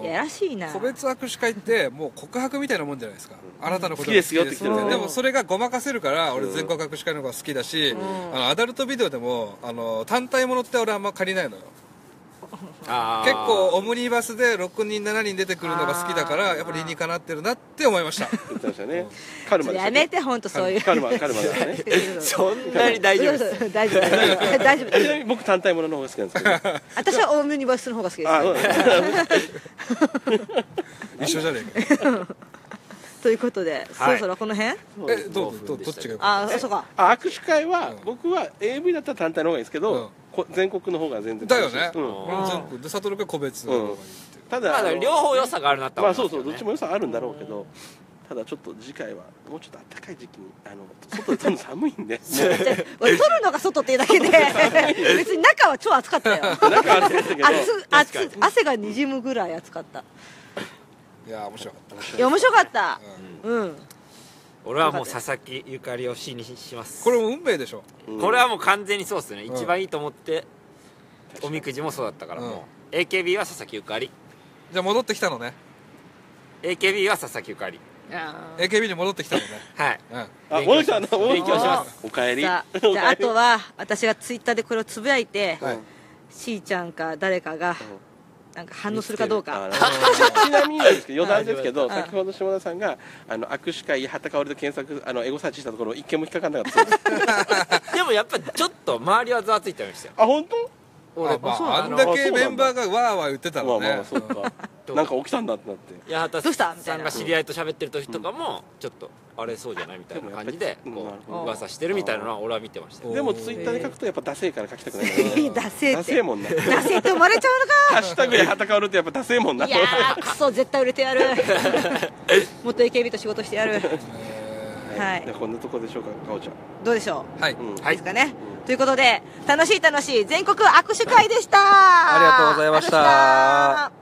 Speaker 1: いや
Speaker 2: の
Speaker 1: らしいな
Speaker 2: 個別握手会ってもう告白みたいなもんじゃないですか、あなたのこと
Speaker 3: 好きですよって
Speaker 2: みたいな
Speaker 1: うん
Speaker 2: でもそれがごまかせるから俺全国握手会の方が好きだし、あのアダルトビデオでもあの単体ものって俺あんま借りないのよ
Speaker 6: あ
Speaker 2: 結構オムニバスで6人7人出てくるのが好きだからやっぱり理にかなってるなって思いました
Speaker 3: 言ってましたねカルマでした
Speaker 1: や
Speaker 3: っけ
Speaker 1: めて本当そういう
Speaker 3: カルマカルマだ からね
Speaker 6: そんなに大丈夫 です
Speaker 1: す大丈夫大丈夫大丈夫
Speaker 3: ちなみに僕単体ものの方が好きなん ですけどあ
Speaker 1: 私はオムニバスの方が好きです
Speaker 3: そうなんだ
Speaker 2: 一緒じゃねえか
Speaker 1: ということで、そろそろこの辺
Speaker 2: えどうどうどっちがよかっ
Speaker 1: ああそうか
Speaker 3: あ握手会は
Speaker 2: うん
Speaker 3: 僕は AV だったら単体の方がいいですけ
Speaker 2: うん
Speaker 3: どこ全国の方が全然
Speaker 2: ただよね、
Speaker 3: うん
Speaker 2: 俺も全国で悟君は個別の方がいいっていう、
Speaker 3: た
Speaker 6: ま
Speaker 3: だあ
Speaker 6: あ
Speaker 3: の
Speaker 6: 両方良さがあるなと
Speaker 3: ま
Speaker 6: は
Speaker 3: あそ
Speaker 6: 思
Speaker 3: うそう
Speaker 6: い
Speaker 3: ど
Speaker 6: ま
Speaker 3: っち
Speaker 6: すよね
Speaker 3: も良さあるんだろうけどただちょっと次回はもうちょっと暖かい時期にあの外で多分寒いん で
Speaker 1: 俺撮るのが外っていうだけで別に中は超暑かったよ
Speaker 3: もうなんかあれですけど
Speaker 1: 暑暑汗がにじむぐらい暑かった
Speaker 2: いやー面白かった
Speaker 1: いや面白かったうん
Speaker 6: 俺はもう佐々木ゆかりを死にします
Speaker 2: これも運命でしょ
Speaker 3: うん
Speaker 6: これはもう完全にそうですね、
Speaker 2: ん
Speaker 6: 一番いいと思っておみくじもそうだったから、
Speaker 2: うん
Speaker 6: もう AKB は佐々木ゆかり
Speaker 2: じゃあ戻ってきたのね
Speaker 6: AKB は佐々木ゆかり
Speaker 1: さ
Speaker 2: AKB に戻ってきたのね
Speaker 6: はい
Speaker 2: うん
Speaker 3: あ戻ってきたの
Speaker 6: 勉強します
Speaker 3: おかえり
Speaker 1: あ
Speaker 3: お
Speaker 1: じゃあ
Speaker 3: かえ
Speaker 1: あ
Speaker 3: り
Speaker 1: とは私がツイッターでこれをつぶやいて、
Speaker 2: はい
Speaker 1: しーちゃんか誰かがなんか反応するかどう
Speaker 3: あ
Speaker 1: か
Speaker 3: のちなみになんです けど余談ですけど
Speaker 1: はい
Speaker 3: 先ほど下田さんがあの握手会八幡薫で検索あのエゴサーチしたところ一件も引っかかんなかったそうです
Speaker 6: でもやっぱちょっと周りはざわついてました よ
Speaker 3: あ本当
Speaker 6: 俺
Speaker 2: ま
Speaker 6: そう
Speaker 2: あ、あ
Speaker 6: あ
Speaker 2: ん
Speaker 6: の
Speaker 2: だけメンバーがわーわー言ってた
Speaker 3: ま
Speaker 2: ら
Speaker 3: あまあま
Speaker 2: ね
Speaker 3: あそうかなんか起きたんだってなって
Speaker 6: 八幡
Speaker 1: どうしたみた
Speaker 6: さ
Speaker 1: い
Speaker 6: ん
Speaker 1: な
Speaker 6: が知り合いと喋ってる時とかもちょっとあれそうじゃないみたいな感じで
Speaker 3: でもやっぱり
Speaker 1: うん
Speaker 6: こう噂してるみたいなのは俺は見見てましたよ
Speaker 3: でもツイッターで書くとやっぱダセえから書きたくない
Speaker 1: ダセー
Speaker 3: ダ
Speaker 1: っ
Speaker 3: セえ
Speaker 1: て
Speaker 3: もんな
Speaker 1: ダセーって思われちゃうのか
Speaker 3: ハッシュタグで八幡薫ってやっぱダセ えもんない
Speaker 1: やークソ絶対売れてやるもっと AKB と仕事してやるはい
Speaker 3: じゃあこんなとこでしょうかかおちゃん
Speaker 1: どうでしょ
Speaker 2: はい、
Speaker 3: うん
Speaker 1: う、い、ですかねということで楽しい楽しい全国握手会でしたあ
Speaker 7: りがとうございました
Speaker 1: ありがとうございました